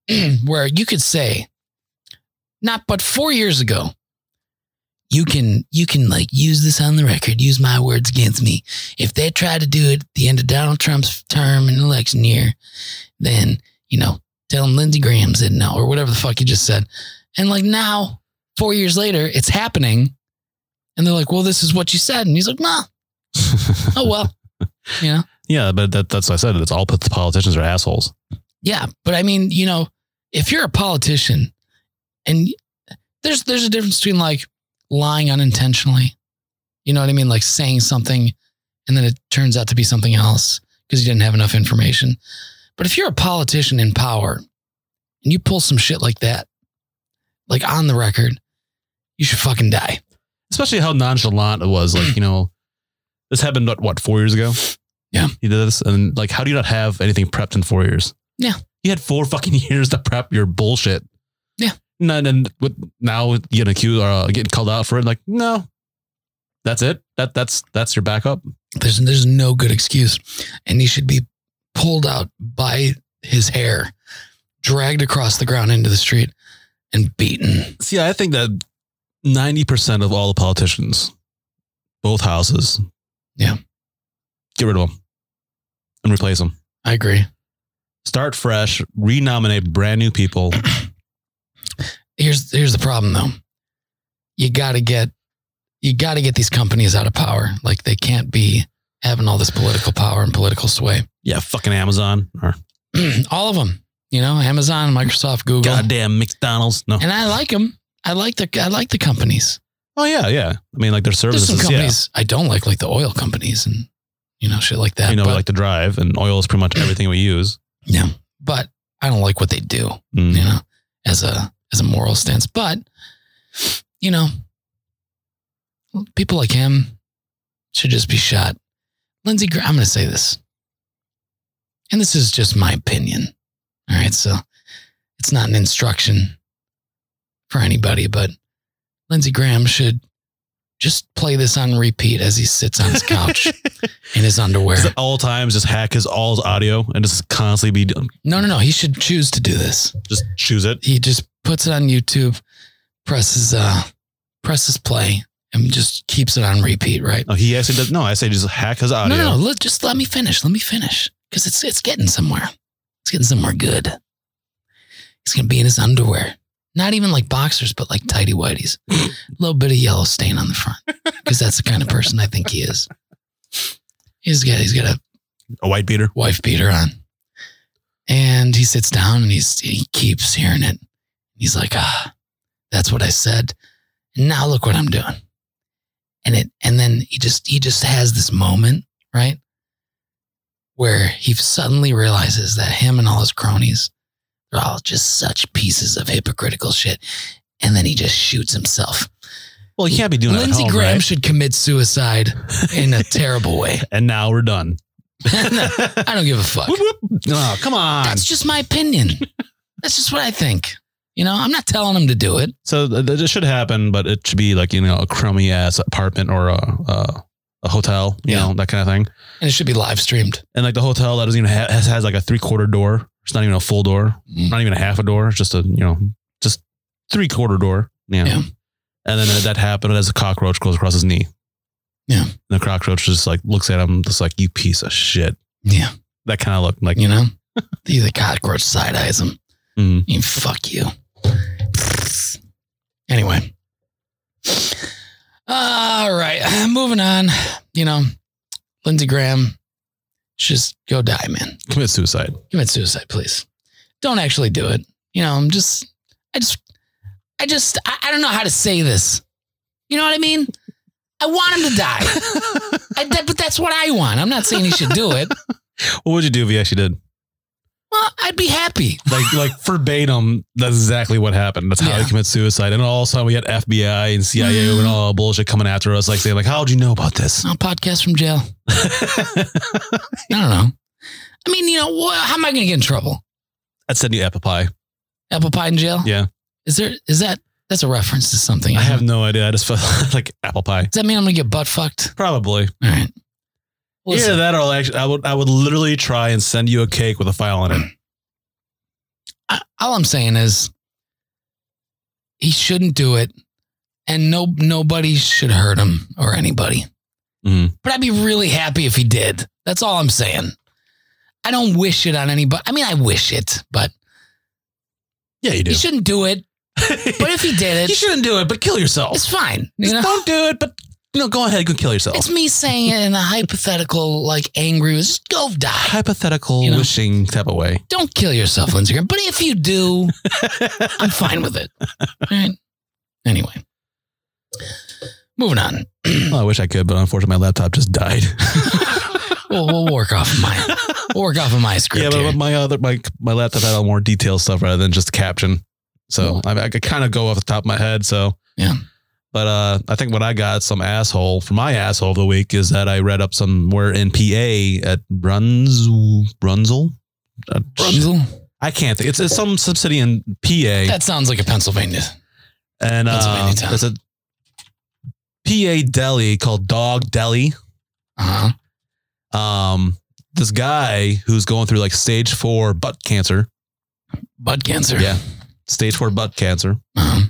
[SPEAKER 1] [clears throat] where you could say not but four years ago you can you can like use this on the record use my words against me if they try to do it at the end of donald trump's term in election year then you know tell them lindsey graham said no or whatever the fuck you just said and like now four years later it's happening and they're like well this is what you said and he's like nah oh well you know
[SPEAKER 2] Yeah, but that, that's what I said. That's all. Politicians are assholes.
[SPEAKER 1] Yeah, but I mean, you know, if you're a politician and there's there's a difference between like lying unintentionally. You know what I mean? Like saying something and then it turns out to be something else because you didn't have enough information. But if you're a politician in power and you pull some shit like that, like on the record, you should fucking die.
[SPEAKER 2] Especially how nonchalant it was. Like, you know, this happened what, what, four years ago?
[SPEAKER 1] Yeah.
[SPEAKER 2] He did this. And like, how do you not have anything prepped in four years?
[SPEAKER 1] Yeah.
[SPEAKER 2] You had four fucking [laughs] years to prep your bullshit.
[SPEAKER 1] Yeah.
[SPEAKER 2] And then and what, now getting accused or uh, getting called out for it. Like, no, that's it. That that's that's your backup.
[SPEAKER 1] There's there's no good excuse, and he should be pulled out by his hair, dragged across the ground into the street, and beaten.
[SPEAKER 2] See, I think that ninety percent of all the politicians, both houses,
[SPEAKER 1] Yeah.
[SPEAKER 2] get rid of them and replace them.
[SPEAKER 1] I agree.
[SPEAKER 2] Start fresh, renominate brand
[SPEAKER 1] [coughs]
[SPEAKER 2] new people.
[SPEAKER 1] Here's here's the problem though. You got to get you got to get these companies out of power. Like they can't be having all this political power and political sway. [clears throat]
[SPEAKER 2] yeah, fucking Amazon or
[SPEAKER 1] all of them, you know, Amazon, Microsoft, Google.
[SPEAKER 2] goddamn McDonald's. No.
[SPEAKER 1] And I like them. I like the I like the companies.
[SPEAKER 2] Oh yeah, yeah. I mean, like their
[SPEAKER 1] There's some
[SPEAKER 2] services. Yeah.
[SPEAKER 1] companies I don't like, like the oil companies and you know shit like that.
[SPEAKER 2] You know,
[SPEAKER 1] but,
[SPEAKER 2] we like to drive, and oil is pretty much everything we use.
[SPEAKER 1] yeah, but I don't like what they do.
[SPEAKER 2] Mm.
[SPEAKER 1] You know, as a as a moral stance, but you know, people like him should just be shot. Lindsey, Gra- I'm going to say this, and this is just my opinion. All right, so it's not an instruction for anybody, but Lindsey Graham should just play this on repeat as he sits on his
[SPEAKER 2] [laughs]
[SPEAKER 1] couch in his underwear.
[SPEAKER 2] Just at all times, just hack his all his audio and just constantly be um,
[SPEAKER 1] No, no, no. He should choose to do this.
[SPEAKER 2] just choose it.
[SPEAKER 1] He just puts it on YouTube, presses uh presses play, and just keeps it on repeat, right?
[SPEAKER 2] No, Oh, he actually does. No, I say just hack his audio.
[SPEAKER 1] No, no, no. Let, just let me finish. Let me finish because it's it's getting somewhere. It's getting somewhere good. He's gonna be in his underwear, not even like boxers, but like tidy whities. A little bit of yellow stain on the front because that's the kind of person I think he is. He's got he's got a
[SPEAKER 2] A white beater.
[SPEAKER 1] wife beater on. And he sits down and he's, he keeps hearing it. He's like, ah, that's what I said. Now look what I'm doing. And it, and then he just, he just has this moment, right? Where he suddenly realizes that him and all his cronies are all just such pieces of hypocritical shit. And then he just shoots himself.
[SPEAKER 2] Well, he can't be doing
[SPEAKER 1] Lindsey
[SPEAKER 2] it at home,
[SPEAKER 1] Graham
[SPEAKER 2] right?
[SPEAKER 1] should commit suicide in a terrible
[SPEAKER 2] [laughs]
[SPEAKER 1] way. [laughs]
[SPEAKER 2] And now we're done.
[SPEAKER 1] I don't give a fuck.
[SPEAKER 2] [laughs] Whoop, whoop. No, come on.
[SPEAKER 1] That's just my opinion. That's just what I think. You know, I'm not telling him to do it.
[SPEAKER 2] so th- th- this should happen, but it should be like you know a crummy ass apartment or a a, a hotel, you
[SPEAKER 1] Yeah.
[SPEAKER 2] know that kind of thing.
[SPEAKER 1] And it should be live streamed.
[SPEAKER 2] And like the hotel that doesn't even ha- has, has like a three quarter door. It's not even a full door.
[SPEAKER 1] Mm.
[SPEAKER 2] Not even a half a door. It's just a you know just three quarter door. Yeah.
[SPEAKER 1] Yeah.
[SPEAKER 2] And then that happened as a cockroach goes across his knee.
[SPEAKER 1] Yeah.
[SPEAKER 2] And the cockroach just like looks at him, just like you piece of shit.
[SPEAKER 1] Yeah.
[SPEAKER 2] That kind of look like
[SPEAKER 1] You know? [laughs] the the cockroach side eyes him.
[SPEAKER 2] Mm.
[SPEAKER 1] You fuck you. Anyway. All right. [sighs] Moving on. You know, Lindsey Graham, just go die, man.
[SPEAKER 2] commit suicide.
[SPEAKER 1] commit suicide, please. Don't actually do it. You know, I'm just, I just, I just, I, I don't know how to say this. You know what I mean? I want him to die.
[SPEAKER 2] [laughs]
[SPEAKER 1] I, that, but that's what I want. I'm not saying he should do it.
[SPEAKER 2] What would you do if he actually did?
[SPEAKER 1] Well, I'd be happy. [laughs]
[SPEAKER 2] Like like verbatim, that's exactly what happened. That's how
[SPEAKER 1] Yeah. Mm.
[SPEAKER 2] he commits suicide. And all of a sudden we had FBI and CIA and all that bullshit coming after us, like saying, like, how'd you know about this?
[SPEAKER 1] I'll podcast from
[SPEAKER 2] [laughs]
[SPEAKER 1] jail. I don't know. I mean, you know, wha how am I going to get in trouble?
[SPEAKER 2] I'd send you apple pie.
[SPEAKER 1] Apple pie in jail?
[SPEAKER 2] Yeah.
[SPEAKER 1] Is there, is that, that's a reference to something.
[SPEAKER 2] I have no idea. I just felt [laughs] like apple pie.
[SPEAKER 1] Does that mean I'm going to get butt fucked?
[SPEAKER 2] Probably.
[SPEAKER 1] All right. Listen,
[SPEAKER 2] Either that or I'll actually, I would I would literally try and send you a cake with a file in
[SPEAKER 1] [clears throat]
[SPEAKER 2] it.
[SPEAKER 1] I, all I'm saying is he shouldn't do it, and no nobody should hurt him or anybody.
[SPEAKER 2] Mhm.
[SPEAKER 1] But I'd be really happy if he did. That's all I'm saying. I don't wish it on anybody. I mean, I wish it, but
[SPEAKER 2] Yeah, you do.
[SPEAKER 1] he
[SPEAKER 2] [laughs]
[SPEAKER 1] shouldn't do it. [laughs] But if he did
[SPEAKER 2] You
[SPEAKER 1] it,
[SPEAKER 2] shouldn't do it, but kill yourself.
[SPEAKER 1] it's fine. You
[SPEAKER 2] Just
[SPEAKER 1] know?
[SPEAKER 2] Don't do it, but No, go ahead, go kill yourself.
[SPEAKER 1] It's me saying it in a hypothetical, like angry, just go die.
[SPEAKER 2] Hypothetical
[SPEAKER 1] You know?
[SPEAKER 2] wishing type of
[SPEAKER 1] [clears throat]
[SPEAKER 2] way.
[SPEAKER 1] Don't kill yourself, Lindsey Graham. But if you do, I'm fine with it. All right. Anyway, moving on.
[SPEAKER 2] Well, I wish I could, but unfortunately, my laptop just died. [laughs]
[SPEAKER 1] We'll, we'll work off of my we'll work off of my script
[SPEAKER 2] yeah, but
[SPEAKER 1] here.
[SPEAKER 2] my other my my laptop had all more detailed stuff rather than just caption. So
[SPEAKER 1] Cool.
[SPEAKER 2] I, I could kind of go off the top of my head. So
[SPEAKER 1] Yeah.
[SPEAKER 2] but uh, I think what I got some asshole for my asshole of the week is that I read up somewhere in PA at Bruns Brunzel. Uh,
[SPEAKER 1] Brunzel?
[SPEAKER 2] I can't think. It's, it's some, some city in PA,
[SPEAKER 1] That sounds like a Pennsylvania.
[SPEAKER 2] and uh,
[SPEAKER 1] Pennsylvania town.
[SPEAKER 2] it's a PA deli called Dog Deli.
[SPEAKER 1] Uh huh.
[SPEAKER 2] Um, this guy who's going through like stage four butt cancer,
[SPEAKER 1] Butt cancer.
[SPEAKER 2] Yeah. stage four butt cancer.
[SPEAKER 1] Uh-huh.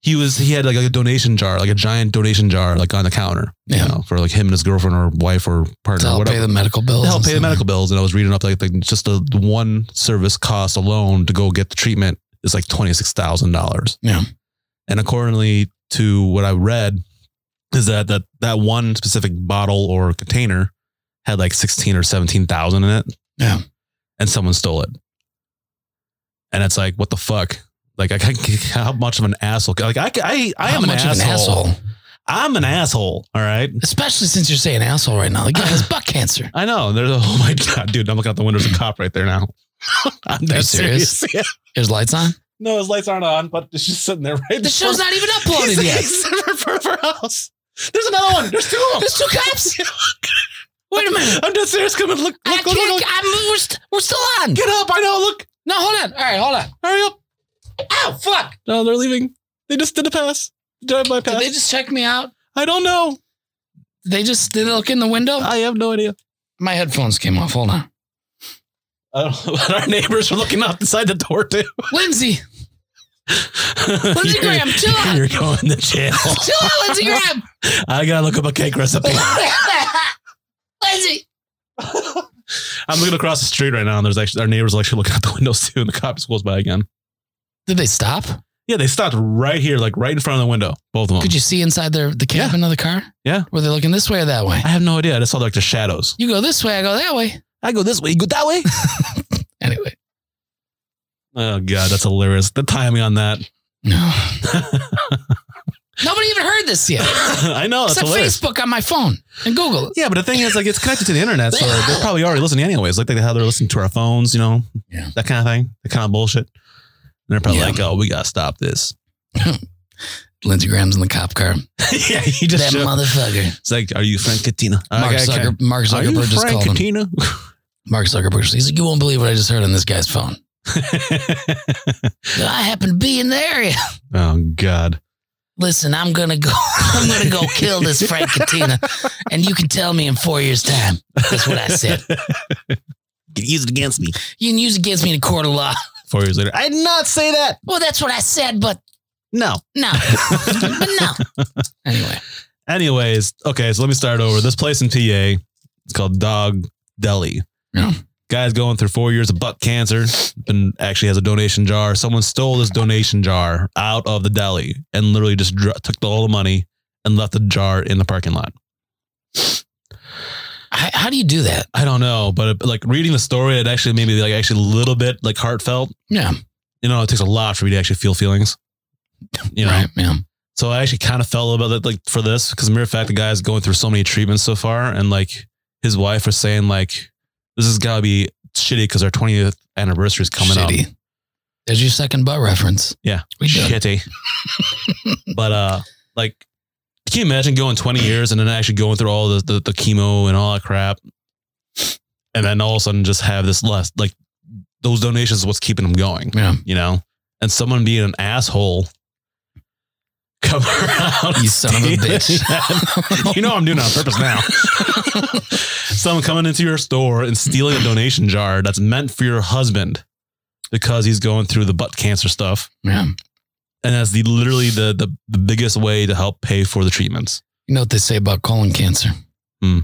[SPEAKER 2] he was he had like a donation jar, like a giant donation jar, like on the counter,
[SPEAKER 1] Yeah.
[SPEAKER 2] you know, for like him and his girlfriend or wife or
[SPEAKER 1] To
[SPEAKER 2] partner, or
[SPEAKER 1] help
[SPEAKER 2] whatever.
[SPEAKER 1] pay the medical bills.
[SPEAKER 2] to help
[SPEAKER 1] and
[SPEAKER 2] pay the
[SPEAKER 1] stuff.
[SPEAKER 2] medical bills. And I was reading up like the, just the, the one service cost alone to go get the treatment is like twenty six thousand dollars.
[SPEAKER 1] Yeah.
[SPEAKER 2] and accordingly to what I read, is that that that one specific bottle or container had like sixteen or seventeen thousand in it.
[SPEAKER 1] Yeah.
[SPEAKER 2] and someone stole it. And it's like, what the fuck? Like, I, [laughs] how much of an asshole? Like, I, I, I
[SPEAKER 1] How
[SPEAKER 2] am an
[SPEAKER 1] much of
[SPEAKER 2] asshole. I'm an asshole. All right.
[SPEAKER 1] Especially since you're saying asshole right now. The guy has butt cancer.
[SPEAKER 2] I know. There's a, oh [laughs] my god, dude! I'm looking out the window. There's a cop right there now. [laughs] I'm
[SPEAKER 1] Are you
[SPEAKER 2] that serious.
[SPEAKER 1] serious?
[SPEAKER 2] [laughs] Yeah.
[SPEAKER 1] His lights on.
[SPEAKER 2] No, his lights aren't on, but it's just sitting there right.
[SPEAKER 1] The show's not even
[SPEAKER 2] [laughs]
[SPEAKER 1] uploaded yet.
[SPEAKER 2] for, for house. There's another one. There's two of
[SPEAKER 1] [laughs]
[SPEAKER 2] them.
[SPEAKER 1] There's two
[SPEAKER 2] [laughs]
[SPEAKER 1] cops. Wait a minute.
[SPEAKER 2] I'm dead serious. Come and look.
[SPEAKER 1] I
[SPEAKER 2] Look, look, look,
[SPEAKER 1] can't.
[SPEAKER 2] look.
[SPEAKER 1] I'm, we're, st- we're still on.
[SPEAKER 2] Get up! I know. Look.
[SPEAKER 1] No, hold on. All right, hold on.
[SPEAKER 2] Hurry up!
[SPEAKER 1] Oh, fuck.
[SPEAKER 2] No, they're leaving. They just did a pass. Drive by
[SPEAKER 1] Did
[SPEAKER 2] pass.
[SPEAKER 1] they just check me out?
[SPEAKER 2] I don't know.
[SPEAKER 1] Did they just did they look in the window?
[SPEAKER 2] I have no idea.
[SPEAKER 1] My headphones came off. Hold on.
[SPEAKER 2] I don't know. But our neighbors are looking out inside the door too.
[SPEAKER 1] Lindsay. Lindsey
[SPEAKER 2] [laughs]
[SPEAKER 1] Graham, chill out.
[SPEAKER 2] You're going to
[SPEAKER 1] [laughs]
[SPEAKER 2] jail.
[SPEAKER 1] Chill out, Lindsay Graham.
[SPEAKER 2] I gotta look up a cake recipe.
[SPEAKER 1] Lindsay.
[SPEAKER 2] I'm looking across the street right now, and there's actually our neighbors are actually [laughs] looking out the windows too, and the cops goes by again.
[SPEAKER 1] Did they stop?
[SPEAKER 2] Yeah, they stopped right here, like right in front of the window, both of them.
[SPEAKER 1] Could you see inside their the
[SPEAKER 2] Yeah.
[SPEAKER 1] cabin of the car?
[SPEAKER 2] Yeah.
[SPEAKER 1] Were they looking this way or that
[SPEAKER 2] [laughs]
[SPEAKER 1] way?
[SPEAKER 2] I have no idea. I just saw like the shadows.
[SPEAKER 1] You go this way, I go that way.
[SPEAKER 2] I go this way, you go that way.
[SPEAKER 1] Anyway.
[SPEAKER 2] [laughs] oh god, that's hilarious. The timing on that. [laughs]
[SPEAKER 1] No. Nobody even heard this
[SPEAKER 2] [laughs]
[SPEAKER 1] yet.
[SPEAKER 2] I know Oh, that's
[SPEAKER 1] Except
[SPEAKER 2] hilarious.
[SPEAKER 1] Facebook on my phone and Google.
[SPEAKER 2] Yeah, but the thing is, like, it's connected to the
[SPEAKER 1] [laughs]
[SPEAKER 2] internet, so they're probably already listening anyways. Like, they how they're listening to our phones, you know,
[SPEAKER 1] Yeah.
[SPEAKER 2] that kind of thing, that kind of bullshit. And they're probably
[SPEAKER 1] Yeah.
[SPEAKER 2] like, "Oh, we gotta stop this." [laughs]
[SPEAKER 1] Lindsey Graham's in the cop car.
[SPEAKER 2] yeah, he
[SPEAKER 1] That
[SPEAKER 2] just showed-
[SPEAKER 1] motherfucker.
[SPEAKER 2] it's like, "Are you Frank Katina?"
[SPEAKER 1] Mark,
[SPEAKER 2] Okay, okay.
[SPEAKER 1] Zucker, Mark
[SPEAKER 2] Are you
[SPEAKER 1] Zuckerberg just
[SPEAKER 2] Frank
[SPEAKER 1] called him.
[SPEAKER 2] Katina?
[SPEAKER 1] Mark Zuckerberg. He's like, you won't believe what I just heard on this guy's phone. I happen to be in the area.
[SPEAKER 2] [laughs] oh God!
[SPEAKER 1] Listen, I'm gonna go. [laughs] I'm gonna go kill this Frank Katina, and you can tell me in four years' time. That's what I said.
[SPEAKER 2] Get used against me.
[SPEAKER 1] You can use it against me in a court of law.
[SPEAKER 2] Four years later, I did not say that.
[SPEAKER 1] Well, that's what I said, but
[SPEAKER 2] No.
[SPEAKER 1] no, [laughs] but no. Anyway,
[SPEAKER 2] Anyways, okay, so let me start over. This place in PA, it's called Dog Deli.
[SPEAKER 1] Yeah.
[SPEAKER 2] Guy's going through four years of butt cancer and actually has a donation jar. Someone stole this donation jar out of the deli and literally just dr- took all the money and left the jar in the parking lot.
[SPEAKER 1] how, how do you do that?
[SPEAKER 2] I don't know, but it, like reading the story, it actually made me like actually a little bit like heartfelt.
[SPEAKER 1] Yeah,
[SPEAKER 2] You know, it takes a lot for me to actually feel feelings. You know,
[SPEAKER 1] right, yeah.
[SPEAKER 2] So I actually kind of felt a little bit like for this because matter of fact, the guy's going through so many treatments so far, and like his wife was saying, like this is gotta be shitty because our 20th anniversary is coming up.
[SPEAKER 1] Shitty. There's your second butt reference.
[SPEAKER 2] Yeah.
[SPEAKER 1] we did.
[SPEAKER 2] Shitty.
[SPEAKER 1] [laughs]
[SPEAKER 2] but uh, like, can you imagine going 20 years and then actually going through all the, the the chemo and all that crap, and then all of a sudden just have this less like those donations is what's keeping him going,
[SPEAKER 1] Yeah,
[SPEAKER 2] you know, and someone being an asshole. Come [laughs] around,
[SPEAKER 1] you son of a [laughs]
[SPEAKER 2] [laughs] Yeah.
[SPEAKER 1] bitch.
[SPEAKER 2] you know I'm doing it on purpose now. Someone coming into your store and stealing a donation jar that's meant for your husband because he's going through the butt cancer stuff.
[SPEAKER 1] yeah.
[SPEAKER 2] And that's the literally the the, the biggest way to help pay for the treatments.
[SPEAKER 1] You know what they say about colon cancer?
[SPEAKER 2] Hmm.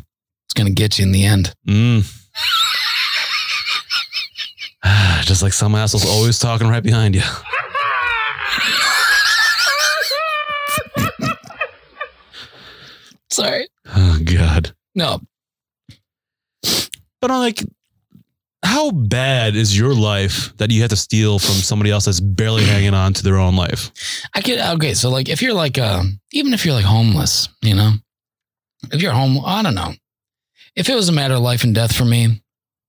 [SPEAKER 1] It's going to get you in the end.
[SPEAKER 2] Mm. [sighs] Just like some asshole's always talking right behind you. [sighs]
[SPEAKER 1] Sorry.
[SPEAKER 2] Oh God.
[SPEAKER 1] No.
[SPEAKER 2] But I'm like, how bad is your life that you have to steal from somebody else that's barely hanging on to their own life?
[SPEAKER 1] I could okay, so like if you're like um even if you're like homeless, you know. If you're home, I don't know. If it was a matter of life and death for me,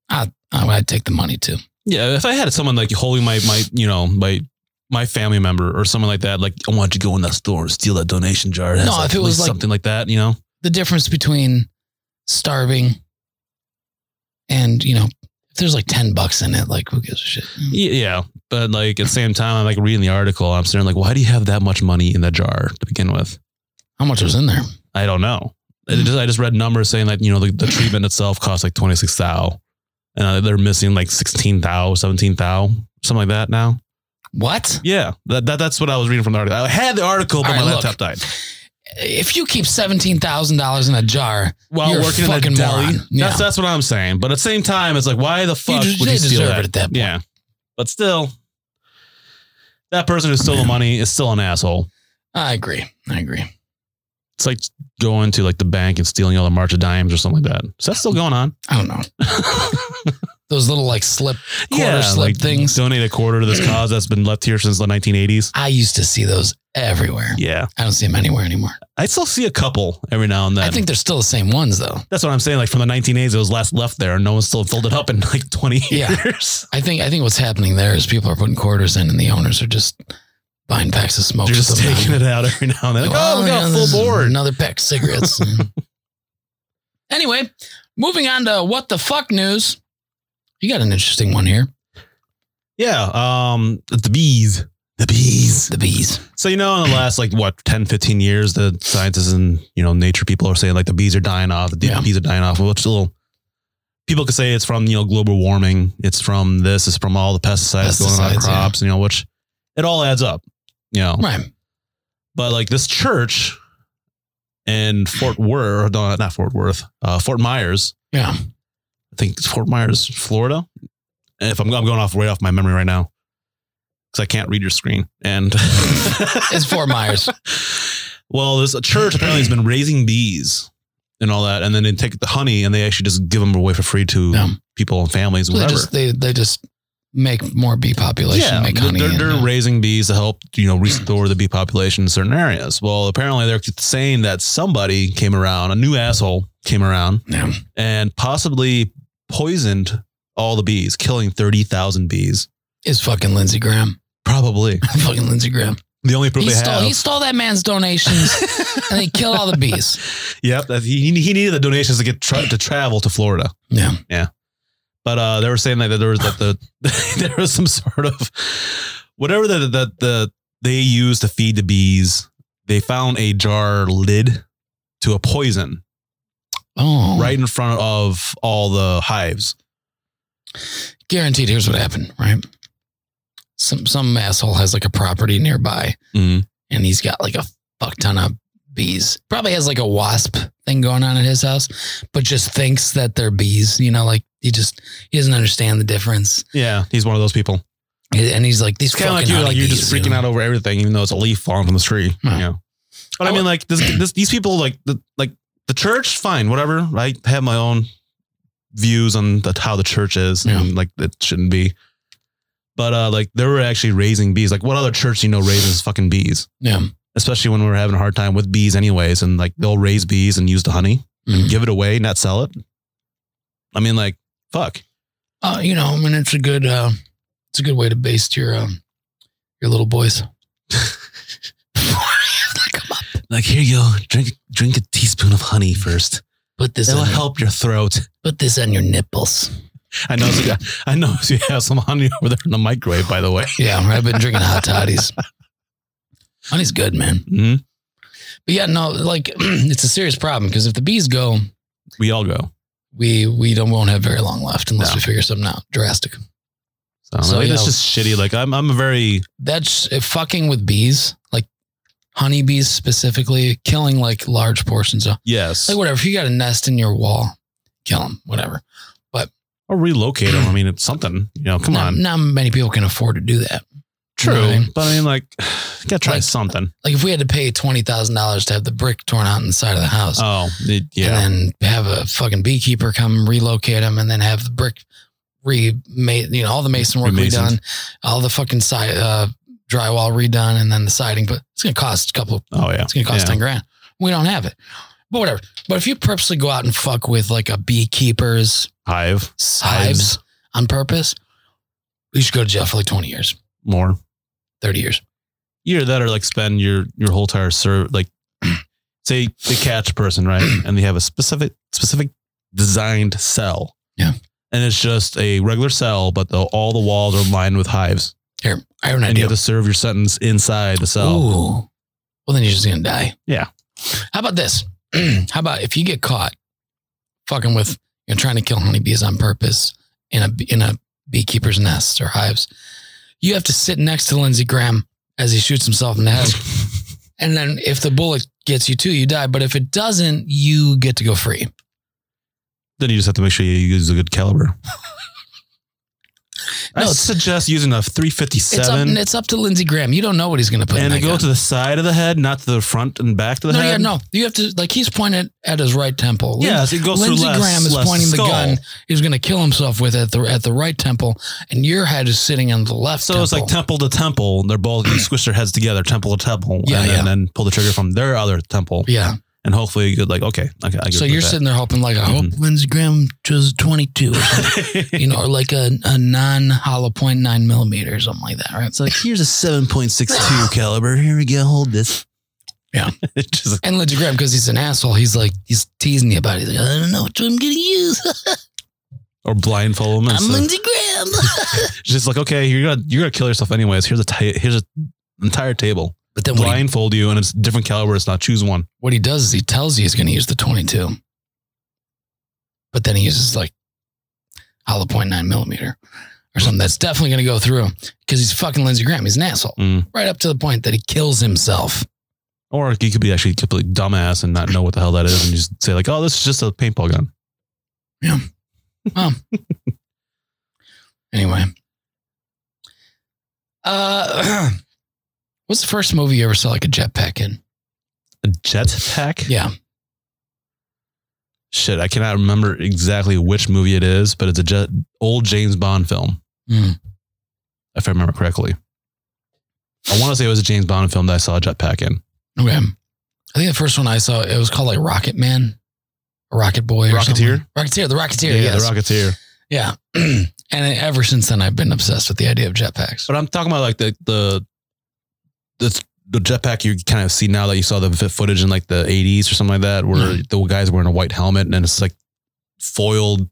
[SPEAKER 1] I I would take the money too.
[SPEAKER 2] Yeah, if I had someone like holding my my you know my my family member or someone like that, like I want you to go in that store and steal that donation jar. It has,
[SPEAKER 1] No,
[SPEAKER 2] like,
[SPEAKER 1] if it
[SPEAKER 2] at
[SPEAKER 1] was
[SPEAKER 2] least
[SPEAKER 1] like-
[SPEAKER 2] something like that, you know.
[SPEAKER 1] The difference between starving and, you know, if there's like 10 bucks in it, like who gives a shit?
[SPEAKER 2] Yeah, yeah. but like at the same time, I'm like reading the article. I'm sitting there like, why do you have that much money in that jar to begin with?
[SPEAKER 1] How much was in there?
[SPEAKER 2] I don't know.
[SPEAKER 1] Mm.
[SPEAKER 2] I just, I just read numbers saying that you know the, the treatment itself costs like twenty six thou, and uh, they're missing like sixteen thou, seventeen thou, something like that now.
[SPEAKER 1] What?
[SPEAKER 2] Yeah, that, that that's what I was reading from the article. I had the article, but
[SPEAKER 1] All right,
[SPEAKER 2] my
[SPEAKER 1] look.
[SPEAKER 2] laptop died.
[SPEAKER 1] If you keep $17,000 in a jar,
[SPEAKER 2] While
[SPEAKER 1] You're a
[SPEAKER 2] working in a
[SPEAKER 1] fucking
[SPEAKER 2] deli,
[SPEAKER 1] moron. Yeah.
[SPEAKER 2] that's that's what I'm saying. But at the same time, it's like, why the fuck
[SPEAKER 1] just-
[SPEAKER 2] would
[SPEAKER 1] they
[SPEAKER 2] you steal
[SPEAKER 1] deserve
[SPEAKER 2] that?
[SPEAKER 1] it at that point.
[SPEAKER 2] Yeah, but still, that person who stole the money is still an asshole.
[SPEAKER 1] I agree. I agree.
[SPEAKER 2] It's like going to like the bank and stealing all the March of Dimes or something like that. So that's still going on.
[SPEAKER 1] I
[SPEAKER 2] [laughs]
[SPEAKER 1] don't know. Those little like slip quarter slip
[SPEAKER 2] like
[SPEAKER 1] things.
[SPEAKER 2] Donate a quarter to this cause that's been left here since the 1980s.
[SPEAKER 1] I used to see those everywhere.
[SPEAKER 2] Yeah,
[SPEAKER 1] I don't see them anywhere anymore.
[SPEAKER 2] I still see a couple every now and then.
[SPEAKER 1] I think they're still the same ones though.
[SPEAKER 2] that's what I'm saying. Like from the 1980s, it was last left there, and no one still filled it up in like 20
[SPEAKER 1] Yeah.
[SPEAKER 2] years.
[SPEAKER 1] I think I think what's happening there is people are putting quarters in, and the owners are just buying packs of smoke.
[SPEAKER 2] They're just
[SPEAKER 1] Sometimes.
[SPEAKER 2] taking it out every now and then. Like, oh,
[SPEAKER 1] Well,
[SPEAKER 2] we got
[SPEAKER 1] yeah,
[SPEAKER 2] a
[SPEAKER 1] this is
[SPEAKER 2] full board.
[SPEAKER 1] Another pack of cigarettes. [laughs] anyway, moving on to what the fuck news. You got an interesting one here.
[SPEAKER 2] Yeah. Um, the bees. The bees.
[SPEAKER 1] The bees.
[SPEAKER 2] So, you know, in the last like what 10, 15 years, the scientists and, you know, nature people are saying like the bees are dying off, the
[SPEAKER 1] Yeah.
[SPEAKER 2] bees are dying off. Well, it's a little, people could say it's from, you know, global warming. It's from this, it's from all the pesticides, going on
[SPEAKER 1] Pesticides,
[SPEAKER 2] crops, you know, which it all adds up, you know.
[SPEAKER 1] Right.
[SPEAKER 2] But like this church in Fort Worth, no, not Fort Worth, uh, Fort Myers,
[SPEAKER 1] Yeah.
[SPEAKER 2] I think it's Fort Myers, Florida. And if I'm, I'm going off way off my memory right now, because I can't read your screen. And
[SPEAKER 1] [laughs] It's Fort Myers.
[SPEAKER 2] well, this church apparently
[SPEAKER 1] [clears throat]
[SPEAKER 2] has been raising bees and all that, and then they take the honey and they actually just give them away for free to
[SPEAKER 1] Yeah.
[SPEAKER 2] people and families,
[SPEAKER 1] they
[SPEAKER 2] whatever.
[SPEAKER 1] just they they just make more bee population.
[SPEAKER 2] yeah,
[SPEAKER 1] make
[SPEAKER 2] they're,
[SPEAKER 1] honey.
[SPEAKER 2] they're,
[SPEAKER 1] and,
[SPEAKER 2] they're
[SPEAKER 1] uh,
[SPEAKER 2] raising bees to help you know restore the bee population in certain areas. Well, apparently they're saying that somebody came around, a new asshole came around,
[SPEAKER 1] yeah.
[SPEAKER 2] and possibly poisoned all the bees, killing thirty thousand bees.
[SPEAKER 1] Is fucking Lindsey Graham. [laughs]
[SPEAKER 2] Probably
[SPEAKER 1] fucking Lindsey Graham.
[SPEAKER 2] the only proof
[SPEAKER 1] He
[SPEAKER 2] they
[SPEAKER 1] stole, he
[SPEAKER 2] have.
[SPEAKER 1] stole that man's donations
[SPEAKER 2] [laughs]
[SPEAKER 1] and he killed all the bees.
[SPEAKER 2] Yep, that he, he needed the donations to get tra- to travel to Florida.
[SPEAKER 1] Yeah.
[SPEAKER 2] But uh, they were saying that there was that the [laughs] there was some sort of whatever that the, the they use to feed the bees. They found a jar lid to a poison
[SPEAKER 1] Oh,
[SPEAKER 2] right in front of all the hives.
[SPEAKER 1] Oh, Guaranteed. Here's what happened. Right. Some some asshole has like a property nearby, and he's got like a fuck ton of bees. Probably has like a wasp thing going on at his house, but just thinks that they're bees. You know, like he just he doesn't understand the difference,
[SPEAKER 2] Yeah, he's one of those people.
[SPEAKER 1] and he's like these
[SPEAKER 2] It's kind of
[SPEAKER 1] fucking
[SPEAKER 2] like you, like you're
[SPEAKER 1] honeybees,
[SPEAKER 2] just
[SPEAKER 1] you
[SPEAKER 2] freaking
[SPEAKER 1] know?
[SPEAKER 2] out over everything, even though it's a leaf falling from the tree.
[SPEAKER 1] Right.
[SPEAKER 2] Yeah, but I, mean, like this, this, these people, like the like the church, fine, whatever. I have my own views on the, how the church is,
[SPEAKER 1] Yeah.
[SPEAKER 2] and like it shouldn't be. But uh, like they were actually raising bees. Like, what other church you know raises fucking bees?
[SPEAKER 1] Yeah.
[SPEAKER 2] Especially when we were having a hard time with bees, anyways, and like they'll raise bees and use the honey
[SPEAKER 1] Mhm.
[SPEAKER 2] and give it away, not sell it. I mean, like fuck.
[SPEAKER 1] Uh, you know, I mean, it's a good uh, it's a good way to baste your um, your little boys. [laughs] Come on,
[SPEAKER 2] Like here you go, drink drink a teaspoon of honey first.
[SPEAKER 1] put this
[SPEAKER 2] It'll
[SPEAKER 1] on your,
[SPEAKER 2] help your throat.
[SPEAKER 1] put this on your nipples.
[SPEAKER 2] I know. I know you have some honey [laughs] over there in the microwave, by the way.
[SPEAKER 1] Yeah, I've been drinking hot toddies. Honey's good, man.
[SPEAKER 2] Mm-hmm.
[SPEAKER 1] But yeah, no, like [clears throat] it's a serious problem because if the bees go,
[SPEAKER 2] We all go.
[SPEAKER 1] we we don't won't have very long left unless
[SPEAKER 2] No.
[SPEAKER 1] we figure something out drastic.
[SPEAKER 2] So,
[SPEAKER 1] So,
[SPEAKER 2] like, that's
[SPEAKER 1] yeah.
[SPEAKER 2] just shitty. Like I'm, I'm a very
[SPEAKER 1] That's if fucking with bees, like honeybees specifically, killing like large portions of
[SPEAKER 2] yes.
[SPEAKER 1] like whatever. If you got a nest in your wall, kill them, whatever.
[SPEAKER 2] Or relocate them. I mean, it's something. You know, come
[SPEAKER 1] not,
[SPEAKER 2] on.
[SPEAKER 1] Not many people can afford to do that.
[SPEAKER 2] True,
[SPEAKER 1] Right.
[SPEAKER 2] but I mean, like [sighs] Gotta try
[SPEAKER 1] Like-
[SPEAKER 2] something.
[SPEAKER 1] Like if we had to pay twenty thousand dollars to have the brick torn out in the side of the house,
[SPEAKER 2] Oh, it- yeah.
[SPEAKER 1] and then have a fucking beekeeper come relocate them, and then have the brick remade, you know, all the mason work
[SPEAKER 2] Remasoned.
[SPEAKER 1] redone, all the fucking side uh, drywall redone, and then the siding. But it's gonna cost a couple.
[SPEAKER 2] Oh, yeah.
[SPEAKER 1] It's gonna cost
[SPEAKER 2] Yeah.
[SPEAKER 1] ten grand. We don't have it, but whatever. But if you purposely go out and fuck with like a beekeeper's
[SPEAKER 2] Hive
[SPEAKER 1] hives on purpose, you should go to jail for like twenty years,
[SPEAKER 2] more.
[SPEAKER 1] thirty years.
[SPEAKER 2] Either that or like spend your your whole entire serve like [clears throat] say they catch a
[SPEAKER 1] [clears throat]
[SPEAKER 2] person, right? and they have a specific specific designed cell.
[SPEAKER 1] Yeah.
[SPEAKER 2] And it's just a regular cell, but the, all the walls are lined with hives.
[SPEAKER 1] Here, I have an
[SPEAKER 2] And
[SPEAKER 1] idea.
[SPEAKER 2] you have to serve your sentence inside the cell.
[SPEAKER 1] Ooh. Well, then you're just gonna die.
[SPEAKER 2] Yeah.
[SPEAKER 1] How about this? [clears throat] How about if you get caught fucking with you're trying to kill honeybees on purpose in a in a beekeeper's nest or hives, you have to sit next to Lindsey Graham as he shoots himself in the
[SPEAKER 2] [laughs]
[SPEAKER 1] head. and then if the bullet gets you too, you die. But if it doesn't, you get to go free.
[SPEAKER 2] Then you just have to make sure you use a good
[SPEAKER 1] [laughs]
[SPEAKER 2] caliber. I
[SPEAKER 1] No, it's-
[SPEAKER 2] suggest using a
[SPEAKER 1] It's up,
[SPEAKER 2] 357
[SPEAKER 1] it's up to Lindsey Graham. You don't know what he's gonna put in
[SPEAKER 2] and
[SPEAKER 1] that
[SPEAKER 2] to go
[SPEAKER 1] gun.
[SPEAKER 2] to the side of the head, not to the front and back to the
[SPEAKER 1] no,
[SPEAKER 2] head.
[SPEAKER 1] yeah, no. You have to like he's pointed at his right temple.
[SPEAKER 2] Yeah, so it goes
[SPEAKER 1] Lindsey
[SPEAKER 2] through less,
[SPEAKER 1] Graham is
[SPEAKER 2] less
[SPEAKER 1] pointing
[SPEAKER 2] skull.
[SPEAKER 1] the gun. He's going to kill himself with it at the at the right temple, and your head is sitting on the left.
[SPEAKER 2] So it's like
[SPEAKER 1] temple.
[SPEAKER 2] temple to temple. They're both you squish their heads together, temple to temple,
[SPEAKER 1] Yeah,
[SPEAKER 2] and, then-
[SPEAKER 1] yeah.
[SPEAKER 2] then pull the trigger from their other temple,
[SPEAKER 1] yeah.
[SPEAKER 2] and hopefully you could like okay, okay. I get
[SPEAKER 1] So
[SPEAKER 2] rid
[SPEAKER 1] you're
[SPEAKER 2] of that. Mm-hmm.
[SPEAKER 1] sitting there hoping like I hope Lindsey Graham chose twenty two,
[SPEAKER 2] [laughs]
[SPEAKER 1] you know, or like a, a non hollow point nine millimeter or something like that, right?
[SPEAKER 2] It's like here's a seven point six [laughs] two caliber. Here we go. Hold this.
[SPEAKER 1] Yeah.
[SPEAKER 2] [laughs] It's just
[SPEAKER 1] And Lindsey Graham, because he's an asshole, he's like he's teasing you about it. He's like, I don't know which one I'm going to use.
[SPEAKER 2] or blindfold them. And
[SPEAKER 1] I'm
[SPEAKER 2] so-
[SPEAKER 1] Lindsey Graham.
[SPEAKER 2] it's just like okay, you're gonna you're gonna kill yourself anyways. Here's a ta- here's a entire table.
[SPEAKER 1] but then what he,
[SPEAKER 2] Blindfold you, and it's different caliber. It's not choose one.
[SPEAKER 1] what he does is he tells you he's going to use the twenty two, but then he uses like hollow point nine millimeter or something that's definitely going to go through because he's fucking Lindsey Graham. He's an asshole.
[SPEAKER 2] Mm.
[SPEAKER 1] Right up to the point that he kills himself.
[SPEAKER 2] Or you could be actually a complete dumbass and not know what the hell that is, and just say like, oh, this is just a paintball gun.
[SPEAKER 1] Anyway. Uh [clears throat] what's the first movie you ever saw like a jetpack in?
[SPEAKER 2] A jetpack.
[SPEAKER 1] Yeah.
[SPEAKER 2] shit, I cannot remember exactly which movie it is, but it's a jet, old James Bond film,
[SPEAKER 1] Hmm.
[SPEAKER 2] if I remember correctly. I want to say it was a James Bond film that I saw a jetpack in.
[SPEAKER 1] Okay. I think the first one I saw it was called like Rocket Man. Rocket Boy or
[SPEAKER 2] Rocketeer?
[SPEAKER 1] something. Rocketeer, the Rocketeer, yes.
[SPEAKER 2] the Rocketeer.
[SPEAKER 1] yeah. [clears throat] and ever since then I've been obsessed with the idea of jetpacks.
[SPEAKER 2] But I'm talking about like the the the, the jetpack you kind of see now that you saw the fit footage in like the 80s or something like that, where
[SPEAKER 1] Hmm.
[SPEAKER 2] the guy's wearing a white helmet and then it's like foiled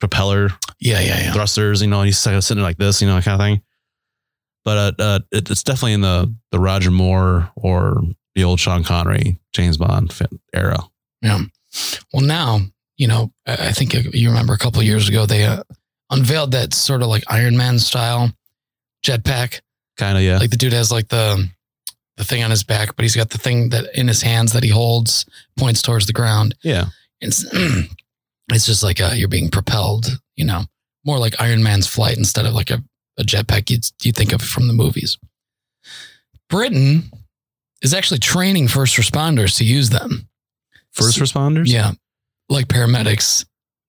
[SPEAKER 2] propeller
[SPEAKER 1] Yeah, yeah, yeah.
[SPEAKER 2] thrusters, you know, and he's like sitting like this, you know, kind of thing. But uh, uh, it, it's definitely in the the Roger Moore or the old Sean Connery James Bond fi- era.
[SPEAKER 1] Well, now, you know, I I think you remember a couple of years ago they uh, unveiled that sort of like Iron Man style jetpack
[SPEAKER 2] Kind of, yeah.
[SPEAKER 1] Like the dude has like the the thing on his back, but he's got the thing that in his hands that he holds points towards the ground.
[SPEAKER 2] yeah.
[SPEAKER 1] It's [clears throat] it's just like uh you're being propelled, you know, more like Iron Man's flight instead of like a, a jetpack you'd, you think of from the movies. Britain is actually training first responders to use them.
[SPEAKER 2] First responders?
[SPEAKER 1] Yeah, like paramedics,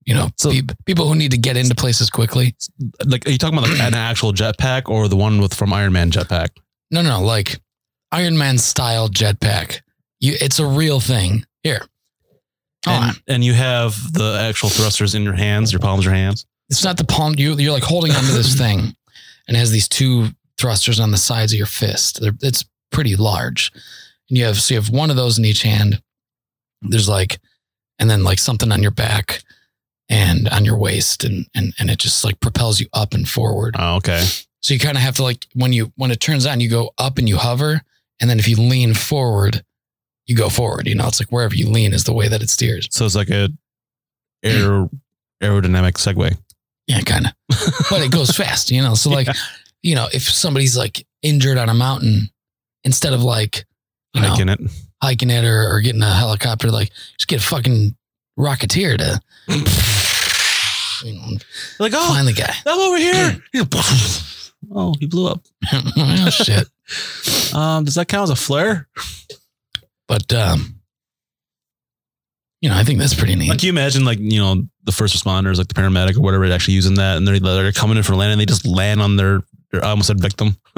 [SPEAKER 1] you know,
[SPEAKER 2] So-
[SPEAKER 1] peop people who need to get into places quickly.
[SPEAKER 2] Like, are you talking about like an actual jetpack or the one with from Iron Man jetpack?
[SPEAKER 1] No, no, no, like Iron Man style jetpack. You, it's a real thing. Here, Hold on.
[SPEAKER 2] And, and you have the actual thrusters in your hands, your palms, your hands.
[SPEAKER 1] it's not the palm. You, you're like holding onto this thing, and it has these two thrusters on the sides of your fist. They're, it's pretty large, and you have so you have one of those in each hand. There's like, and then like something on your back and on your waist, and and and it just like propels you up and forward.
[SPEAKER 2] Oh, okay.
[SPEAKER 1] So you kind of have to like when you when it turns on, you go up and you hover, and then if you lean forward, you go forward. You know, it's like wherever you lean is the way that it steers.
[SPEAKER 2] So it's like a aer- aerodynamic segue.
[SPEAKER 1] Yeah, kind of. but it goes fast. You know, so like, you know, if somebody's like injured on a mountain, instead of like you know
[SPEAKER 2] Like in it.
[SPEAKER 1] hiking it or, or getting a helicopter, like just get a fucking rocketeer to. You know,
[SPEAKER 2] Like, oh,
[SPEAKER 1] find the guy. [laughs] [clears throat]
[SPEAKER 2] I'm over here. Oh, he blew up.
[SPEAKER 1] well, Oh, shit.
[SPEAKER 2] Um, does that count as a flare?
[SPEAKER 1] But um, you know, I think that's pretty neat.
[SPEAKER 2] Like you imagine, like you know, the first responders, like the paramedic or whatever, actually using that, and they're they're coming in for landing, they just land on their. their- I almost said victim. [laughs]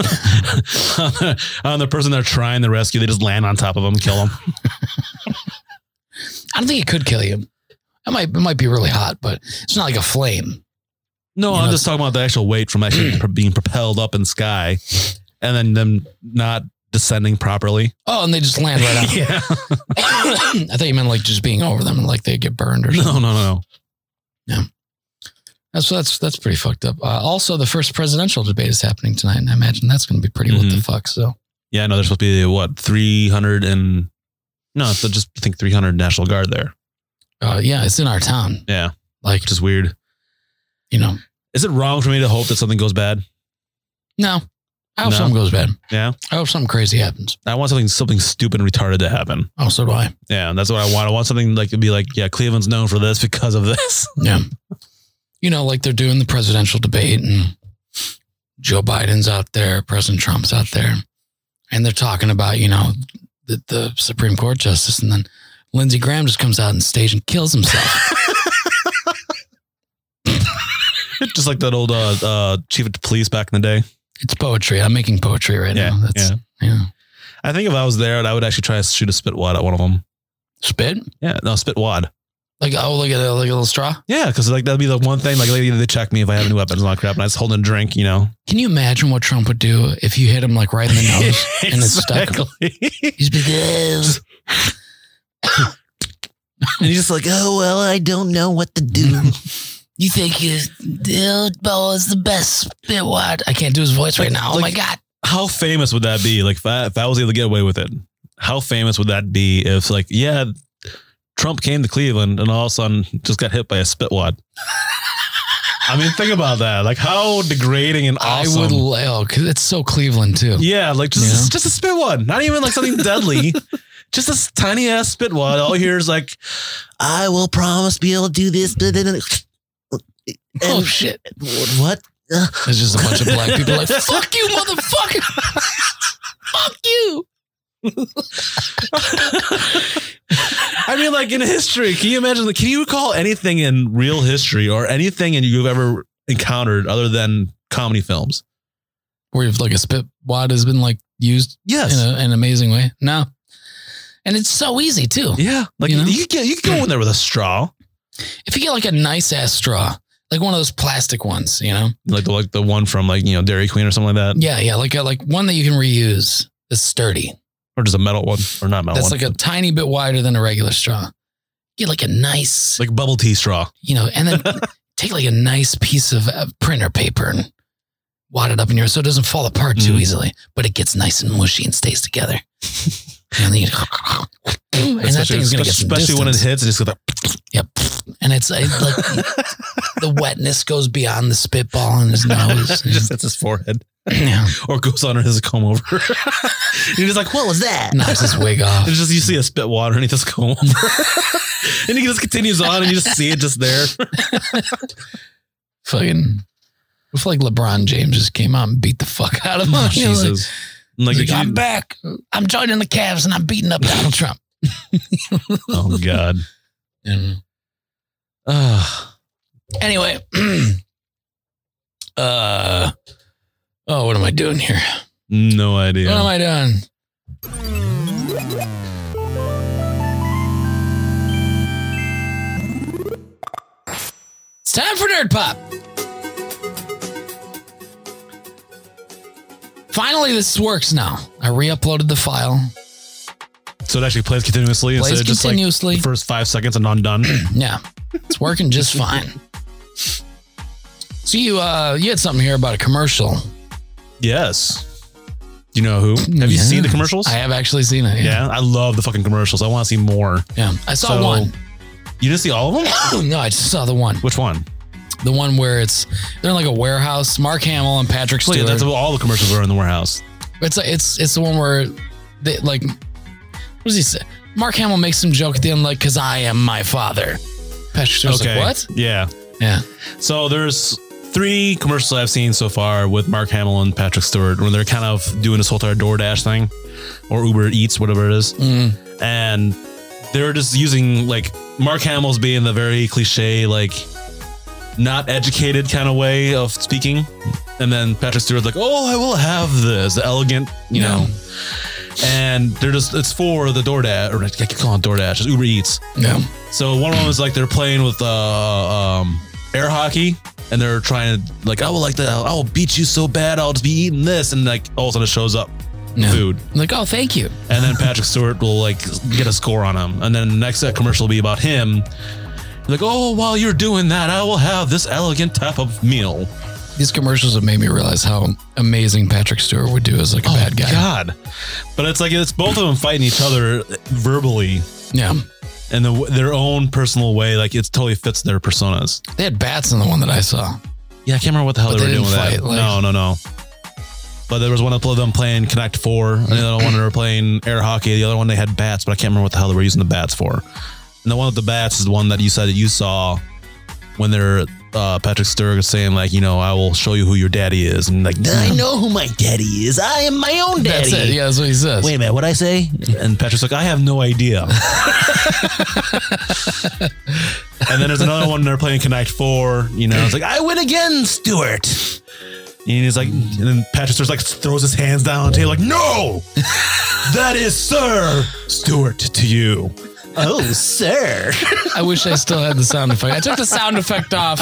[SPEAKER 2] on the person they're trying to rescue, they just land on top of them, kill them.
[SPEAKER 1] I don't think it could kill you. It might it might be really hot, but it's not like a flame.
[SPEAKER 2] No,
[SPEAKER 1] You
[SPEAKER 2] I'm
[SPEAKER 1] know-
[SPEAKER 2] just talking about the actual weight
[SPEAKER 1] [clears throat]
[SPEAKER 2] from actually pro- being propelled up in sky, and then them not descending properly.
[SPEAKER 1] Oh, and they just land right on. [laughs]
[SPEAKER 2] [laughs] yeah.
[SPEAKER 1] [coughs] I thought you meant like just being over them and like they get burned or something.
[SPEAKER 2] No, no, no.
[SPEAKER 1] That's that's that's pretty fucked up. Uh, also, the first presidential debate is happening tonight, and I imagine that's going to be pretty
[SPEAKER 2] Mm-hmm.
[SPEAKER 1] what the fuck. So
[SPEAKER 2] Yeah, no, there's supposed to be what 300 and no, so just I think 300 National Guard there,
[SPEAKER 1] uh, yeah, it's in our town.
[SPEAKER 2] Yeah.
[SPEAKER 1] like
[SPEAKER 2] which is weird.
[SPEAKER 1] you know,
[SPEAKER 2] Is it wrong for me to hope that something goes bad?
[SPEAKER 1] no. I hope
[SPEAKER 2] No.
[SPEAKER 1] something goes bad.
[SPEAKER 2] Yeah.
[SPEAKER 1] I hope something crazy happens.
[SPEAKER 2] I want something something stupid and retarded to happen.
[SPEAKER 1] Oh, so do I.
[SPEAKER 2] Yeah, that's what I want. I want something like to be like, yeah, Cleveland's known for this because of this. [laughs]
[SPEAKER 1] Yeah. you know, like they're doing the presidential debate, and Joe Biden's out there, President Trump's out there, and they're talking about you know the, the Supreme Court justice, and then Lindsey Graham just comes out on stage and kills himself.
[SPEAKER 2] [laughs] Just like that old uh, uh, chief of police back in the day.
[SPEAKER 1] it's poetry. I'm making poetry right
[SPEAKER 2] Yeah,
[SPEAKER 1] now. That's yeah.
[SPEAKER 2] I think if I was there, I would actually try to shoot a spit wad at one of them.
[SPEAKER 1] Spit?
[SPEAKER 2] Yeah, no spit wad.
[SPEAKER 1] Like oh look at that like a little straw.
[SPEAKER 2] Yeah, because like that'd be the one thing. Like they, they check me if I have any weapons and all that crap, and I was holding a drink. You know,
[SPEAKER 1] Can you imagine what Trump would do if you hit him like right in the
[SPEAKER 2] Oh, [laughs]
[SPEAKER 1] [laughs] nose and it's stuck?
[SPEAKER 2] Exactly.
[SPEAKER 1] He's like, "Ugh."
[SPEAKER 2] and he's just like, oh well, I don't know what to do.
[SPEAKER 1] you think his elbow is the best spit wad? I can't do his voice right now. Oh
[SPEAKER 2] Like-
[SPEAKER 1] my god.
[SPEAKER 2] how famous would that be? Like if I, if I was able to get away with it, how famous would that be if like, yeah, Trump came to Cleveland and all of a sudden just got hit by a spit wad. I mean, think about that. Like how degrading and awesome.
[SPEAKER 1] I would lay because it's so Cleveland too.
[SPEAKER 2] yeah, like just
[SPEAKER 1] Yeah.
[SPEAKER 2] just a spit wad, not even like something deadly. [laughs] Just this tiny ass spit wad. All you hear is like, I will promise be able to do this. blah, blah, blah.
[SPEAKER 1] Oh shit.
[SPEAKER 2] What?
[SPEAKER 1] It's just a bunch of black people [laughs] like, fuck you, motherfucker. [laughs] fuck you.
[SPEAKER 2] I mean, like in history, can you imagine? Like, can you recall anything in real history or anything in you've ever encountered other than comedy films?
[SPEAKER 1] Where if like a spit wad has been like used
[SPEAKER 2] Yes.
[SPEAKER 1] in a, an amazing way. No. And it's so easy too.
[SPEAKER 2] yeah. Like
[SPEAKER 1] You
[SPEAKER 2] you,
[SPEAKER 1] know?
[SPEAKER 2] could get you could go in there with a straw,
[SPEAKER 1] If you get like a nice ass straw, like one of those plastic ones, you know?
[SPEAKER 2] like the like the one from like you know Dairy Queen or something like that,
[SPEAKER 1] Yeah, yeah, like a, like one that you can reuse. That's sturdy.
[SPEAKER 2] or just a metal one or not metal
[SPEAKER 1] That's
[SPEAKER 2] one,
[SPEAKER 1] like a tiny bit wider than a regular straw. Get like a nice,
[SPEAKER 2] like bubble tea straw.
[SPEAKER 1] you know,
[SPEAKER 2] [laughs]
[SPEAKER 1] and then take like a nice piece of uh, printer paper and wad it up in your so it doesn't fall apart too
[SPEAKER 2] Mm.
[SPEAKER 1] easily, but it gets nice and mushy and stays
[SPEAKER 2] [laughs]
[SPEAKER 1] together. and then you, and that
[SPEAKER 2] especially
[SPEAKER 1] thing's gonna get some
[SPEAKER 2] especially when it
[SPEAKER 1] distance.
[SPEAKER 2] hits, it's just like [laughs]
[SPEAKER 1] Yep. And it's uh, like the wetness goes beyond the spitball in
[SPEAKER 2] [laughs]
[SPEAKER 1] his nose.
[SPEAKER 2] just hits his forehead
[SPEAKER 1] Yeah.
[SPEAKER 2] or goes under his comb over. [laughs] You're just like, what was that?
[SPEAKER 1] knocks his
[SPEAKER 2] [laughs]
[SPEAKER 1] wig off.
[SPEAKER 2] It's just you see a spit water and he just comb over, [laughs] and he just continues on, and you just see it
[SPEAKER 1] [laughs]
[SPEAKER 2] just there. [laughs] Oh,
[SPEAKER 1] Fucking. It's like LeBron James just came out and beat the fuck out of [laughs] him. You know, like-
[SPEAKER 2] Oh, Jesus. Like,
[SPEAKER 1] He's like,
[SPEAKER 2] you-
[SPEAKER 1] I'm back. I'm joining the Cavs and I'm beating up Donald Trump.
[SPEAKER 2] oh God. Ugh.
[SPEAKER 1] [sighs] Anyway, [clears throat] uh, oh, what am I doing here?
[SPEAKER 2] no idea.
[SPEAKER 1] What am I doing? It's time for Nerd Pop. Finally, this works now. I re-uploaded the file.
[SPEAKER 2] so it actually plays continuously
[SPEAKER 1] Plays
[SPEAKER 2] instead of just like
[SPEAKER 1] continuously.
[SPEAKER 2] the first five seconds and undone.
[SPEAKER 1] Yeah, it's working just fine. So you uh you had something here about a commercial.
[SPEAKER 2] yes. You know who? Have you
[SPEAKER 1] Yeah.
[SPEAKER 2] seen the commercials?
[SPEAKER 1] I have actually seen it. Yeah,
[SPEAKER 2] yeah, I love the fucking commercials. I want to see more.
[SPEAKER 1] yeah. I saw
[SPEAKER 2] So-
[SPEAKER 1] one. Oh,
[SPEAKER 2] You didn't see all
[SPEAKER 1] [gasps]
[SPEAKER 2] of them?
[SPEAKER 1] no, I just saw the one.
[SPEAKER 2] Which one?
[SPEAKER 1] The one where it's they're in like a warehouse. Mark Hamill and Patrick
[SPEAKER 2] Well,
[SPEAKER 1] Stewart.
[SPEAKER 2] yeah, that's what all the commercials are in the warehouse.
[SPEAKER 1] it's it's it's the one where they like what does he say? Mark Hamill makes some joke at the end like because I am my father. Patrick Stewart's like what?
[SPEAKER 2] Yeah.
[SPEAKER 1] Yeah.
[SPEAKER 2] So there's three commercials I've seen so far with Mark Hamill and Patrick Stewart, when they're kind of doing this whole entire DoorDash thing or Uber Eats, whatever it is. And they're just using like Mark Hamill's being the very cliche, like not educated kind of way of speaking. And then Patrick Stewart's like, oh, I will have this elegant, you know. And they're just, it's for the DoorDash, or I keep calling it DoorDash, it's Uber Eats.
[SPEAKER 1] Yeah.
[SPEAKER 2] So one of them is like they're playing with uh, um, air hockey, and they're trying to like, I will like that. I will beat you so bad. I'll just be eating this, and like all of a sudden it shows up
[SPEAKER 1] Yeah.
[SPEAKER 2] food,
[SPEAKER 1] I'm like, oh, thank you.
[SPEAKER 2] and then
[SPEAKER 1] [laughs]
[SPEAKER 2] Patrick Stewart will like get a score on him, and then the next set commercial will be about him. Like, oh, while you're doing that, I will have this elegant type of meal.
[SPEAKER 1] These commercials have made me realize how amazing Patrick Stewart would do as like a Oh, bad guy.
[SPEAKER 2] Oh God, but it's like it's both of them fighting each other verbally
[SPEAKER 1] Yeah.
[SPEAKER 2] in the, their own personal way. Like it totally fits their personas.
[SPEAKER 1] They had bats in the one that I saw.
[SPEAKER 2] Yeah, I can't remember what the hell
[SPEAKER 1] But
[SPEAKER 2] they were
[SPEAKER 1] they
[SPEAKER 2] doing with
[SPEAKER 1] didn't
[SPEAKER 2] that.
[SPEAKER 1] fight, like-
[SPEAKER 2] no, no, no. But there was one of them playing Connect Four, and the other one they were playing air hockey. The other one they had bats, but I can't remember what the hell they were using the bats for. And the one with the bats is the one that you said that you saw when they're uh, Patrick Stewart is saying like, you know, I will show you who your daddy is, and like, I know who my daddy is. I am my own daddy.
[SPEAKER 1] That's it. Yeah, that's what he says.
[SPEAKER 2] Wait a minute, what I say? And Patrick's like, I have no [laughs] idea. and then there's another one they're playing Connect Four. You know, it's like I win again, Stuart. And he's like, and then Patrick Stewart's like throws his hands down on the table, like, no, [laughs] that is Sir Stuart to you. Oh, sir.
[SPEAKER 1] I wish I still had the sound effect. I took the sound effect off.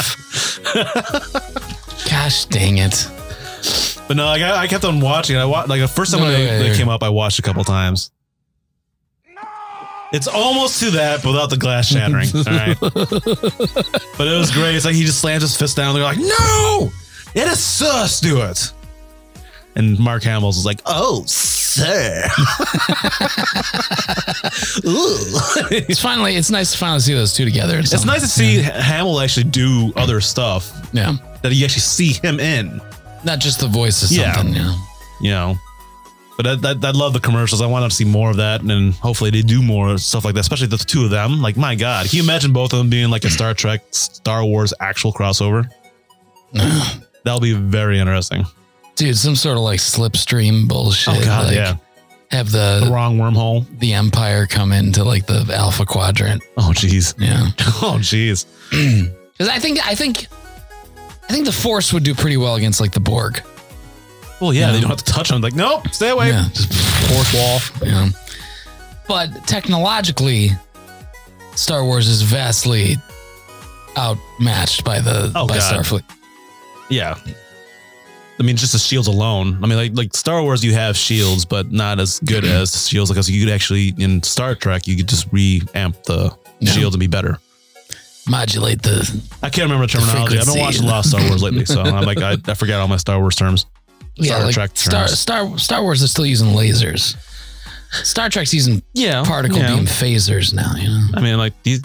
[SPEAKER 1] Gosh dang it.
[SPEAKER 2] But no, like, I, I kept on watching. I watched like the first time
[SPEAKER 1] No,
[SPEAKER 2] when
[SPEAKER 1] yeah,
[SPEAKER 2] they, they
[SPEAKER 1] yeah.
[SPEAKER 2] came up, I watched a couple times. It's almost to that, but without the
[SPEAKER 1] [laughs]
[SPEAKER 2] glass shattering. All right, but it was great. It's like he just slams his fist down. They're like, "No, it is Sir Stewart." And Mark Hamill's is like, "Oh, sir." [laughs] Ooh. [laughs]
[SPEAKER 1] It's finally it's nice to finally see those two together. and
[SPEAKER 2] it's
[SPEAKER 1] something.
[SPEAKER 2] nice to see Hamill actually do other stuff
[SPEAKER 1] Yeah.
[SPEAKER 2] that you actually see him in.
[SPEAKER 1] Not just the voice is
[SPEAKER 2] Yeah.
[SPEAKER 1] something. Yeah.
[SPEAKER 2] you know. But I, that, I love the commercials. I want to see more of that, and then hopefully they do more stuff like that, especially the two of them. Like, my God, can you imagine both of them being like a Star Trek, Star Wars actual [sighs] crossover? That'll be very interesting.
[SPEAKER 1] Dude, some sort of like slipstream bullshit.
[SPEAKER 2] Oh God,
[SPEAKER 1] like,
[SPEAKER 2] yeah,
[SPEAKER 1] Have
[SPEAKER 2] the
[SPEAKER 1] the
[SPEAKER 2] wrong wormhole.
[SPEAKER 1] the Empire come into like the Alpha Quadrant.
[SPEAKER 2] Oh jeez, [laughs]
[SPEAKER 1] Yeah.
[SPEAKER 2] oh jeez.
[SPEAKER 1] Because I think I think I think the Force would do pretty well against like the Borg.
[SPEAKER 2] Well, yeah, they don't have to touch them. Like, nope, stay away.
[SPEAKER 1] Yeah.
[SPEAKER 2] Just fourth wall.
[SPEAKER 1] Yeah. But technologically, Star Wars is vastly outmatched by the
[SPEAKER 2] Oh,
[SPEAKER 1] by
[SPEAKER 2] God.
[SPEAKER 1] Starfleet.
[SPEAKER 2] Yeah. I mean, just the shields alone. I mean, like like Star Wars, you have shields, but not as good as shields. Like, you could actually in Star Trek, you could just reamp the
[SPEAKER 1] Yeah.
[SPEAKER 2] shields and be better.
[SPEAKER 1] Modulate the
[SPEAKER 2] I can't remember the terminology. I've been
[SPEAKER 1] frequency.
[SPEAKER 2] watching a lot of Star Wars
[SPEAKER 1] [laughs]
[SPEAKER 2] lately, so I'm like, I, I forget all my Star Wars terms.
[SPEAKER 1] yeah,
[SPEAKER 2] Star
[SPEAKER 1] like
[SPEAKER 2] Trek
[SPEAKER 1] Star
[SPEAKER 2] terms.
[SPEAKER 1] Star Star Wars is still using lasers. Star Trek's using
[SPEAKER 2] Oh, Yeah,
[SPEAKER 1] particle beam phasers now. You know,
[SPEAKER 2] I mean, like, do you,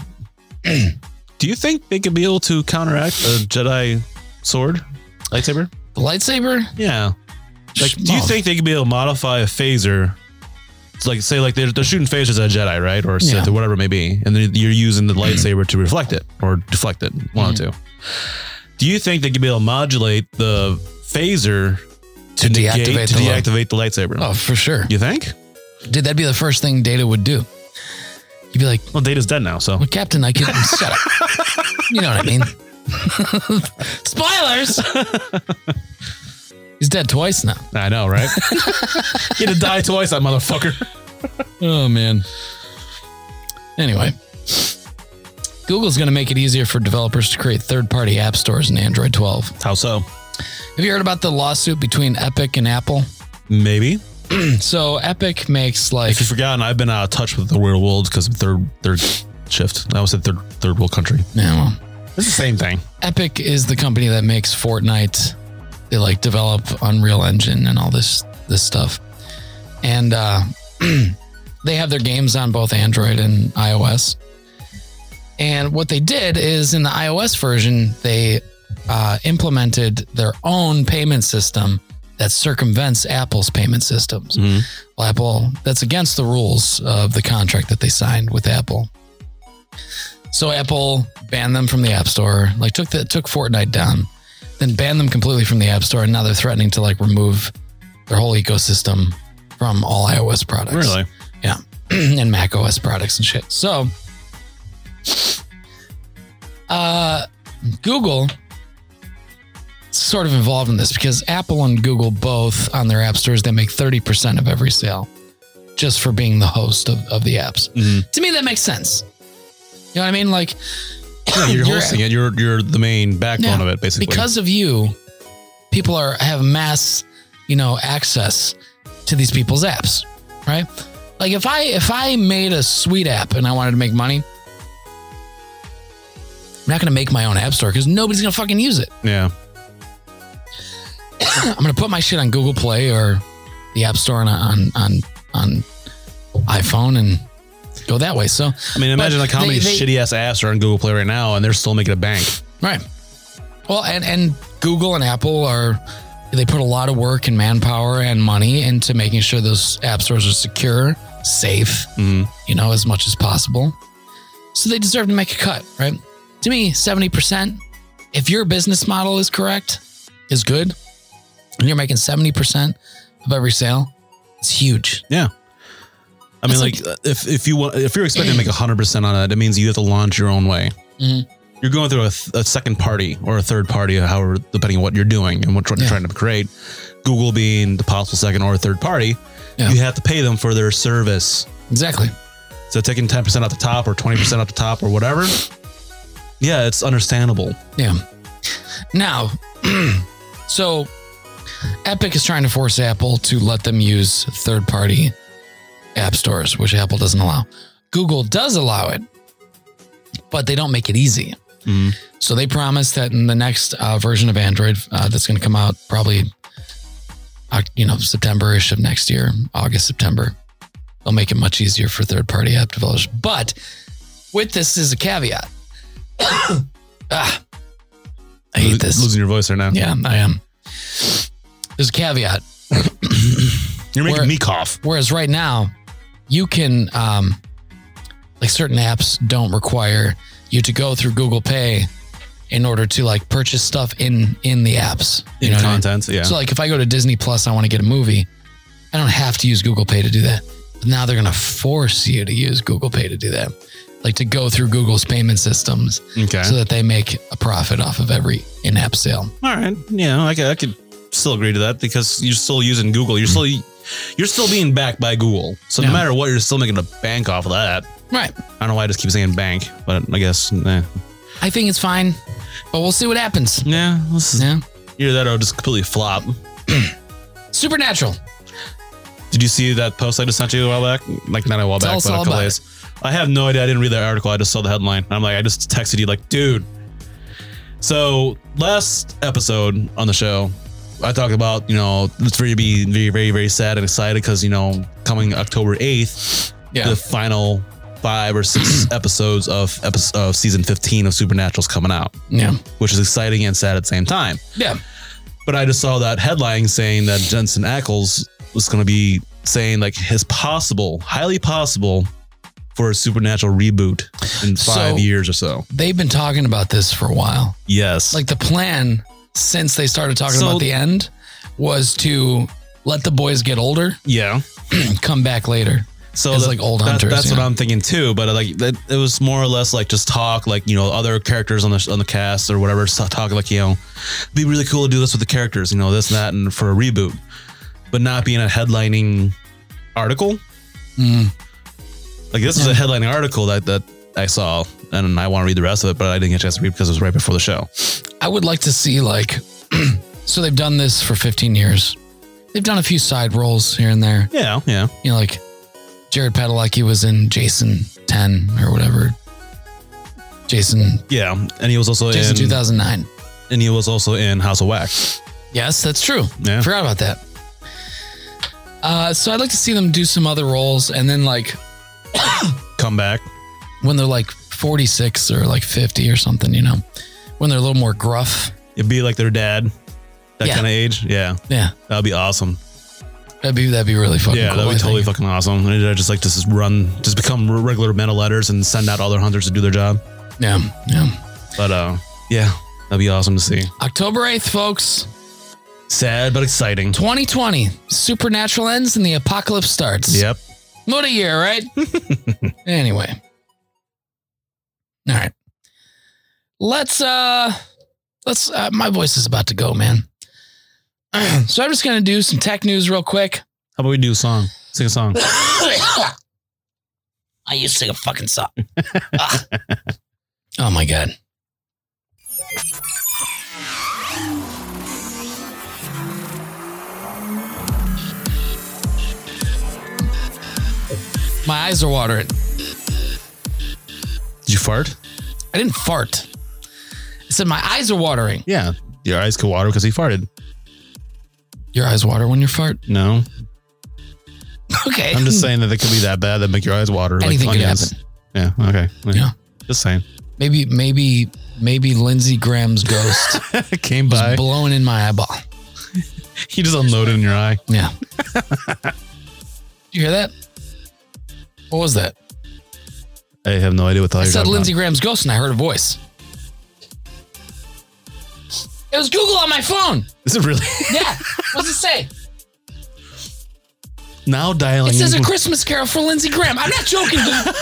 [SPEAKER 2] do you [clears throat] think they could be able to counteract a Jedi sword lightsaber?
[SPEAKER 1] the lightsaber. oh,
[SPEAKER 2] Yeah. Like, do you
[SPEAKER 1] Small.
[SPEAKER 2] think they could be able to modify a phaser? It's like, say, like they're, they're shooting phasers at a Jedi, right, or a Sith,
[SPEAKER 1] Yeah.
[SPEAKER 2] or whatever it may be, and then
[SPEAKER 1] [clears throat]
[SPEAKER 2] you're using the lightsaber to reflect it or deflect it, one
[SPEAKER 1] Mm-hmm.
[SPEAKER 2] or two. Do you think they could be able to modulate the phaser
[SPEAKER 1] To
[SPEAKER 2] to, negate
[SPEAKER 1] deactivate
[SPEAKER 2] to
[SPEAKER 1] the light-
[SPEAKER 2] deactivate the lightsaber?
[SPEAKER 1] Oh, for sure.
[SPEAKER 2] You think?
[SPEAKER 1] Dude, that'd be the first thing Data would do. You'd be like,
[SPEAKER 2] Well, Data's dead now, so
[SPEAKER 1] well, Captain, I can shut up. You know what I mean? [laughs] Spoilers. He's dead twice now.
[SPEAKER 2] [laughs] I know,
[SPEAKER 1] [laughs]
[SPEAKER 2] right? Get to die twice, that motherfucker.
[SPEAKER 1] Oh man. Anyway, Google's going to make it easier for developers to create third-party app stores in Android 12.
[SPEAKER 2] How so?
[SPEAKER 1] Have you heard about the lawsuit between Epic and Apple?
[SPEAKER 2] Maybe.
[SPEAKER 1] So Epic makes like
[SPEAKER 2] If you've forgotten, I've been out of touch with the real world because of third third shift. I was in third third world country.
[SPEAKER 1] no,
[SPEAKER 2] It's the same thing.
[SPEAKER 1] Epic is the company that makes Fortnite. They like develop Unreal Engine and all this this stuff, and uh, they have their games on both Android and iOS. And what they did is in the iOS version, they uh, implemented their own payment system that circumvents Apple's payment systems. Well, Apple, that's against the rules of the contract that they signed with Apple. So Apple banned them from the App Store, like took the took Fortnite down. then ban them completely from the App Store. And now they're threatening to like remove their whole ecosystem from all iOS products.
[SPEAKER 2] Really?
[SPEAKER 1] Yeah. [clears throat] and Mac OS products and shit. So, uh, Google is sort of involved in this because Apple and Google both on their app stores, they make 30% of every sale just for being the host of, of the apps.
[SPEAKER 2] Mhm.
[SPEAKER 1] To me, that makes sense. You know what I mean? Like,
[SPEAKER 2] Yeah, you're,
[SPEAKER 1] You're-
[SPEAKER 2] hosting it. You're you're the main backbone
[SPEAKER 1] Yeah.
[SPEAKER 2] of it, basically.
[SPEAKER 1] because of you, people are have mass, you know, access to these people's apps, right? Like if I if I made a sweet app and I wanted to make money, I'm not going to make my own app store because nobody's going to fucking use it.
[SPEAKER 2] yeah,
[SPEAKER 1] I'm going to put my shit on Google Play or the App Store on on on, on iPhone and go that way. So
[SPEAKER 2] I mean, imagine like how
[SPEAKER 1] they-
[SPEAKER 2] many
[SPEAKER 1] they-
[SPEAKER 2] shitty ass apps are on Google Play right now, and they're still making a bank.
[SPEAKER 1] Right. Well, and and Google and Apple are they put a lot of work and manpower and money into making sure those app stores are secure, safe, you know, as much as possible. So they deserve to make a cut, right? To me, 70%, if your business model is correct, is good, and you're making 70% of every sale, it's huge.
[SPEAKER 2] Yeah. I mean,
[SPEAKER 1] That's
[SPEAKER 2] like, if if you want, if you're expecting to make hundred percent on it, it means you have to launch your own way.
[SPEAKER 1] Mm-hmm.
[SPEAKER 2] You're going through a, th- a second party or a third party, however, depending on what you're doing and what you're
[SPEAKER 1] Yeah.
[SPEAKER 2] trying to create. Google being the possible second or third party,
[SPEAKER 1] Yeah.
[SPEAKER 2] you have to pay them for their service.
[SPEAKER 1] Exactly.
[SPEAKER 2] So taking ten percent off the top or twenty percent off the top or whatever. Yeah, it's understandable.
[SPEAKER 1] Yeah. Now, so Epic is trying to force Apple to let them use third party app stores, which Apple doesn't allow. Google does allow it, but they don't make it easy. So they promise that in the next uh, version of Android uh, that's going to come out probably, uh, you know, September ish of next year, August, September, they'll make it much easier for third party app developers. But with this is a caveat. [coughs] ah, I hate this.
[SPEAKER 2] Losing your voice right now.
[SPEAKER 1] Yeah, I am. There's a caveat.
[SPEAKER 2] You're making
[SPEAKER 1] Where-
[SPEAKER 2] me cough.
[SPEAKER 1] Whereas right now, you can, um, like certain apps don't require you to go through Google Pay in order to like purchase stuff in in the apps. You
[SPEAKER 2] In
[SPEAKER 1] know what I mean?
[SPEAKER 2] content, yeah.
[SPEAKER 1] So like if I go to Disney Plus, I want to get a movie. I don't have to use Google Pay to do that. But now they're going to force you to use Google Pay to do that, like to go through Google's payment systems,
[SPEAKER 2] okay.
[SPEAKER 1] so that they make a profit off of every in-app sale.
[SPEAKER 2] All right. Yeah, I could, I could still agree to that because you're still using Google. You're still you're still being backed by Google. So
[SPEAKER 1] Yeah.
[SPEAKER 2] no matter what, you're still making a bank off of that.
[SPEAKER 1] Right.
[SPEAKER 2] I don't know why I just keep saying bank, but I guess nah.
[SPEAKER 1] I think it's fine, but we'll see what happens.
[SPEAKER 2] yeah. This is,
[SPEAKER 1] Yeah.
[SPEAKER 2] Either that or just completely flop.
[SPEAKER 1] Supernatural.
[SPEAKER 2] Did you see that post I just sent you a while back? Like not a while
[SPEAKER 1] Tell
[SPEAKER 2] back,
[SPEAKER 1] us
[SPEAKER 2] but a
[SPEAKER 1] all
[SPEAKER 2] couple
[SPEAKER 1] about
[SPEAKER 2] days. I have no idea. I didn't read that article. I just saw the headline. I'm like, I just texted you, like, dude. So last episode on the show, I talked about you know it's very be very very very sad and excited because you know coming October eighth,
[SPEAKER 1] Yeah.
[SPEAKER 2] the final five
[SPEAKER 1] [clears throat]
[SPEAKER 2] or six episodes of episode of season fifteen of Supernatural's coming out,
[SPEAKER 1] Yeah.
[SPEAKER 2] which is exciting and sad at the same time.
[SPEAKER 1] Yeah.
[SPEAKER 2] But I just saw that headline saying that Jensen Ackles was going to be saying like his possible, highly possible for a supernatural reboot in
[SPEAKER 1] So-
[SPEAKER 2] five years or so.
[SPEAKER 1] They've been talking about this for a while.
[SPEAKER 2] Yes.
[SPEAKER 1] Like the plan since they started talking
[SPEAKER 2] So-
[SPEAKER 1] about the end was to let the boys get older
[SPEAKER 2] yeah.
[SPEAKER 1] and come back later.
[SPEAKER 2] So
[SPEAKER 1] It's
[SPEAKER 2] that-
[SPEAKER 1] like old
[SPEAKER 2] that-
[SPEAKER 1] hunters,
[SPEAKER 2] that's
[SPEAKER 1] yeah.
[SPEAKER 2] what I'm thinking too. But like that, it was more or less like just talk, like you know, other characters on the on the cast or whatever. Just talk like you know, be really cool to do this with the characters, you know, this and that, and for a reboot, but not being a headlining article.
[SPEAKER 1] Mm.
[SPEAKER 2] Like this was a headlining article that that I saw, and I want to read the rest of it, but I didn't get a chance to read because it was right before the show.
[SPEAKER 1] I would like to see like [clears throat] so they've done this for 15 years. They've done a few side roles here and there.
[SPEAKER 2] Yeah, yeah,
[SPEAKER 1] You know, like Jared Padalecki was in Jason 10 or whatever. Jason
[SPEAKER 2] yeah. And he was also
[SPEAKER 1] Jason
[SPEAKER 2] in
[SPEAKER 1] 2009.
[SPEAKER 2] and he was also in House of Wax.
[SPEAKER 1] Yes, that's true.
[SPEAKER 2] Yeah.
[SPEAKER 1] Forgot about that. Uh, so I'd like to see them do some other roles, and then like
[SPEAKER 2] Come back.
[SPEAKER 1] when they're like forty six or like fifty or something, you know, when they're a little more gruff.
[SPEAKER 2] It'd be like their dad, that
[SPEAKER 1] Yeah.
[SPEAKER 2] kind of age. Yeah,
[SPEAKER 1] Yeah,
[SPEAKER 2] that'd be awesome.
[SPEAKER 1] that'd be that'd be really fucking.
[SPEAKER 2] Yeah,
[SPEAKER 1] cool,
[SPEAKER 2] that'd
[SPEAKER 1] I
[SPEAKER 2] be
[SPEAKER 1] think.
[SPEAKER 2] totally fucking awesome. And I just like to just run, just become r- regular metal letters and send out all their hunters to do their job.
[SPEAKER 1] Yeah, yeah.
[SPEAKER 2] But uh, yeah, That'd be awesome to see.
[SPEAKER 1] October 8th, folks,
[SPEAKER 2] Sad but exciting.
[SPEAKER 1] 2020. Supernatural ends and the apocalypse starts.
[SPEAKER 2] Yep.
[SPEAKER 1] What a year, right? anyway. All right. Let's uh let's uh, my voice is about to go, man. [clears throat] so I'm just going to do some tech news real [coughs] quick.
[SPEAKER 2] How about we do a song? Sing
[SPEAKER 1] [laughs]
[SPEAKER 2] a song.
[SPEAKER 1] I used to sing a fucking song. Ah. [laughs] Oh my god. My eyes are watering.
[SPEAKER 2] Did you fart?
[SPEAKER 1] I didn't fart. I said my eyes are watering.
[SPEAKER 2] Yeah. Your eyes could water because he farted.
[SPEAKER 1] Your eyes water when you fart.
[SPEAKER 2] No.
[SPEAKER 1] [laughs] Okay.
[SPEAKER 2] I'm just saying that it could be that bad that make your eyes water.
[SPEAKER 1] Anything could
[SPEAKER 2] onions. Yeah. Okay.
[SPEAKER 1] Yeah.
[SPEAKER 2] Just saying. [laughs]
[SPEAKER 1] Maybe maybe maybe Lindsey Graham's [laughs] ghost
[SPEAKER 2] Came
[SPEAKER 1] was
[SPEAKER 2] by.
[SPEAKER 1] blowing in my eyeball.
[SPEAKER 2] he just unloaded in your eye.
[SPEAKER 1] [laughs] Yeah. you hear that? What was that?
[SPEAKER 2] I have no idea what the hell
[SPEAKER 1] I
[SPEAKER 2] you're
[SPEAKER 1] said
[SPEAKER 2] talking
[SPEAKER 1] Lindsey Graham's ghost and I heard a voice. It was Google on my phone.
[SPEAKER 2] about. [laughs] Is
[SPEAKER 1] [laughs]
[SPEAKER 2] it really?
[SPEAKER 1] Yeah. What's it say?
[SPEAKER 2] now dialing.
[SPEAKER 1] It says a Christmas Carol for Lindsey Graham. I'm not joking. Google.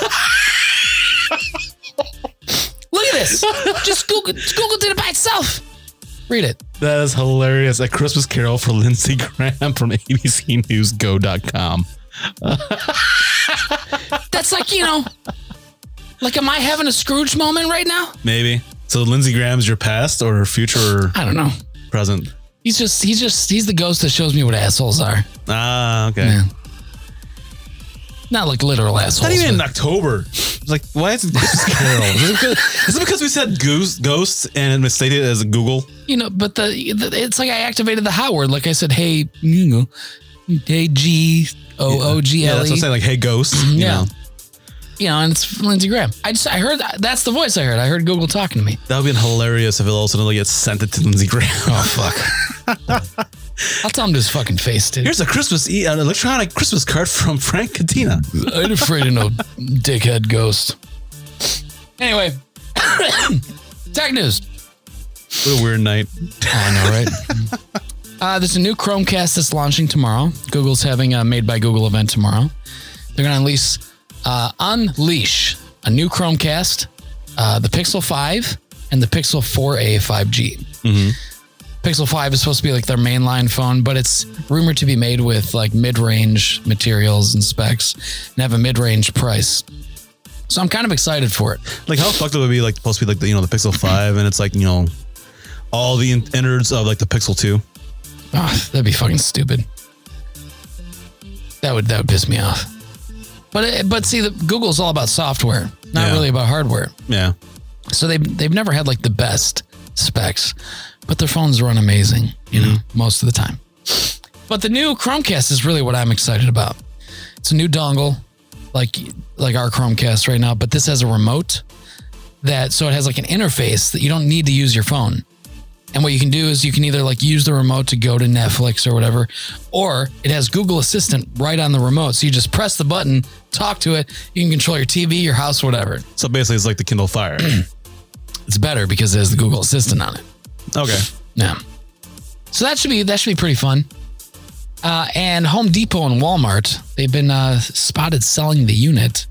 [SPEAKER 1] Look at this. Just Google. Google did it by itself. Read it.
[SPEAKER 2] that is hilarious. A Christmas Carol for Lindsey Graham from abcnewsgo.com.
[SPEAKER 1] That's like you know, like am I having a Scrooge moment right now?
[SPEAKER 2] Maybe. So Lindsey Graham's your past or future or
[SPEAKER 1] I don't know.
[SPEAKER 2] present?
[SPEAKER 1] He's just he's just he's the ghost that shows me what assholes are.
[SPEAKER 2] Ah, okay.
[SPEAKER 1] Yeah. Not like literal assholes.
[SPEAKER 2] Not even in
[SPEAKER 1] but-
[SPEAKER 2] October. It's like, why is it Christmas Carol? Is it, because, is it because we said goose, ghosts and misstated it as Google?
[SPEAKER 1] you know, but the, the it's like I activated the Howard. Like I said, hey, you know, hey G O O G
[SPEAKER 2] Yeah,
[SPEAKER 1] L
[SPEAKER 2] that's what I'm
[SPEAKER 1] E.
[SPEAKER 2] saying. Like, hey, ghost. You
[SPEAKER 1] Yeah.
[SPEAKER 2] know,
[SPEAKER 1] You know, and it's Lindsey Graham. I just I heard that, that's the voice I heard. I heard Google talking to me.
[SPEAKER 2] that would be hilarious if it also suddenly gets sent it to Lindsey Graham.
[SPEAKER 1] Oh, I'll tell him to his fucking face, dude.
[SPEAKER 2] Here's a Christmas, e- an electronic Christmas card from Frank Katina.
[SPEAKER 1] I ain't afraid of
[SPEAKER 2] [laughs]
[SPEAKER 1] no dickhead ghost. Anyway, [coughs] tech news.
[SPEAKER 2] What a weird night.
[SPEAKER 1] I know, right? [laughs] uh, there's a new Chromecast that's launching tomorrow. Google's having a Made by Google event tomorrow. They're going to unleash, uh, unleash a new Chromecast, uh, the Pixel 5 and the Pixel 4a 5G. Pixel 5 is supposed to be like their mainline phone, but it's rumored to be made with like mid range materials and specs and have a mid range price. So I'm kind of excited for it.
[SPEAKER 2] Like, how fucked up would it be like supposed to be like the you know the Pixel Five, and it's like you know all the in- innards of like the Pixel Two.
[SPEAKER 1] [laughs] Oh, that'd be fucking stupid. That would that would piss me off. But it, but see, the, Google's all about software, not
[SPEAKER 2] Yeah.
[SPEAKER 1] really about hardware.
[SPEAKER 2] Yeah,
[SPEAKER 1] So they they've never had like the best specs, but their phones run amazing, you know, most of the time. But the new Chromecast is really what I'm excited about. It's a new dongle, like like our Chromecast right now, but this has a remote that so it has like an interface that you don't need to use your phone. And what you can do is you can either like use the remote to go to Netflix or whatever, or it has Google Assistant right on the remote. So you just press the button, talk to it, you can control your TV, your house, whatever.
[SPEAKER 2] so basically it's like the
[SPEAKER 1] [clears throat]
[SPEAKER 2] Kindle Fire.
[SPEAKER 1] It's better because it has the Google Assistant on it.
[SPEAKER 2] okay,
[SPEAKER 1] Yeah. So that should be that should be pretty fun. Uh, and Home Depot and Walmart, they've been uh, spotted selling the unit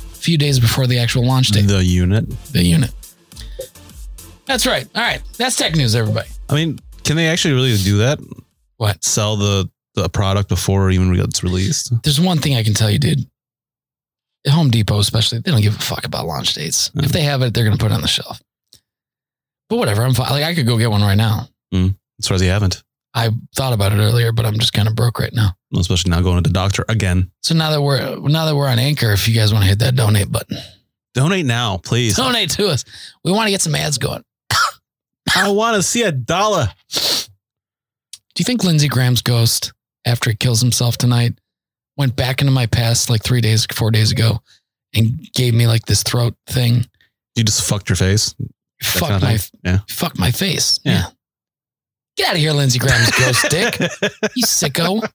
[SPEAKER 1] a few days before the actual launch date.
[SPEAKER 2] the unit.
[SPEAKER 1] The unit. That's right. All right. That's tech news, everybody.
[SPEAKER 2] I mean, can they actually really do that?
[SPEAKER 1] What?
[SPEAKER 2] Sell the the product before even it's released?
[SPEAKER 1] There's one thing I can tell you, dude. At Home Depot, especially, they don't give a fuck about launch dates. If they have it, they're going to put it on the shelf. But whatever. I'm fine. Like, I could go get one right now.
[SPEAKER 2] As far as they haven't,
[SPEAKER 1] I thought about it earlier, but I'm just kind of broke right now.
[SPEAKER 2] especially now going to the doctor again.
[SPEAKER 1] So now that we're now that we're on Anchor, if you guys want to hit that donate button,
[SPEAKER 2] Donate now, please.
[SPEAKER 1] donate to us. We want to get some ads going.
[SPEAKER 2] I want to see a dollar.
[SPEAKER 1] Do you think Lindsey Graham's ghost, after he kills himself tonight, went back into my past like three days, four days ago, and gave me like this throat thing?
[SPEAKER 2] You just fucked your face. That
[SPEAKER 1] Fuck
[SPEAKER 2] kind of
[SPEAKER 1] my
[SPEAKER 2] thing. yeah.
[SPEAKER 1] fuck my face.
[SPEAKER 2] Yeah.
[SPEAKER 1] Get out of here, Lindsey Graham's
[SPEAKER 2] [laughs]
[SPEAKER 1] ghost, dick. You sicko. You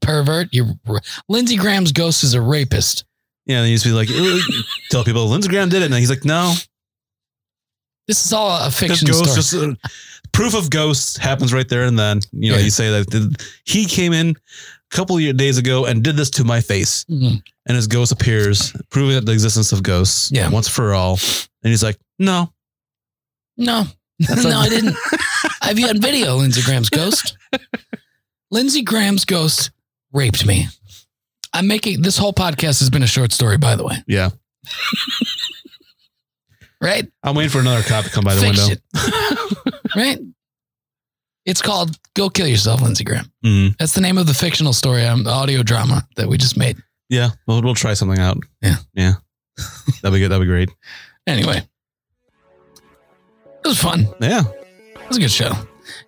[SPEAKER 1] pervert. You r- Lindsey Graham's ghost is a rapist.
[SPEAKER 2] [laughs] Yeah, they used to be like, "Ooh," tell people Lindsey Graham did it. And he's like, no,
[SPEAKER 1] This is all a
[SPEAKER 2] This
[SPEAKER 1] fiction
[SPEAKER 2] ghost
[SPEAKER 1] story.
[SPEAKER 2] just uh, proof of ghosts happens right there and then. You know,
[SPEAKER 1] Yeah.
[SPEAKER 2] you say that th- he came in a couple of days ago and did this to my face,
[SPEAKER 1] Mhm.
[SPEAKER 2] and his ghost appears, proving that the existence of ghosts
[SPEAKER 1] Yeah.
[SPEAKER 2] once for all. And he's like, "No,
[SPEAKER 1] No, no, I
[SPEAKER 2] [laughs]
[SPEAKER 1] didn't. I've had video. of Lindsey Graham's ghost. Lindsey Graham's ghost raped me. I'm making this whole podcast has been a short story, by the way.
[SPEAKER 2] yeah,
[SPEAKER 1] Right?
[SPEAKER 2] I'm waiting for another cop to come by the window." [laughs]
[SPEAKER 1] Fiction. [laughs] right? It's called "Go Kill Yourself," Lindsey Graham.
[SPEAKER 2] Mm,
[SPEAKER 1] That's the name of the fictional story, um, the audio drama that we just made.
[SPEAKER 2] yeah, we'll, we'll try something out.
[SPEAKER 1] Yeah.
[SPEAKER 2] yeah, that'd be good. That'd be great.
[SPEAKER 1] Anyway, it was fun.
[SPEAKER 2] Yeah,
[SPEAKER 1] It was a good show. I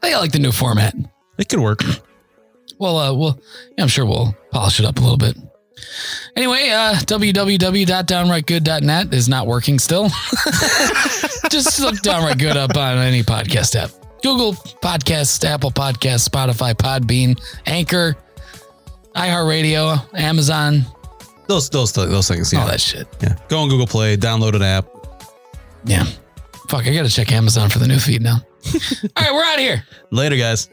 [SPEAKER 1] think I like the new format.
[SPEAKER 2] it could work.
[SPEAKER 1] Well, uh, we'll, yeah, I'm sure we'll polish it up a little bit. Anyway, uh, www.downrightgood.net is not working still. [laughs] Just look Downright Good up on any podcast app Google Podcasts, Apple Podcasts, Spotify, Podbean, Anchor, iHeartRadio, Amazon,
[SPEAKER 2] Those those those things. Yeah,
[SPEAKER 1] all that shit.
[SPEAKER 2] yeah. Go on Google Play, download an app.
[SPEAKER 1] Yeah. Fuck, I got to check Amazon for the new feed now. [laughs] all right, we're out of here.
[SPEAKER 2] Later, guys.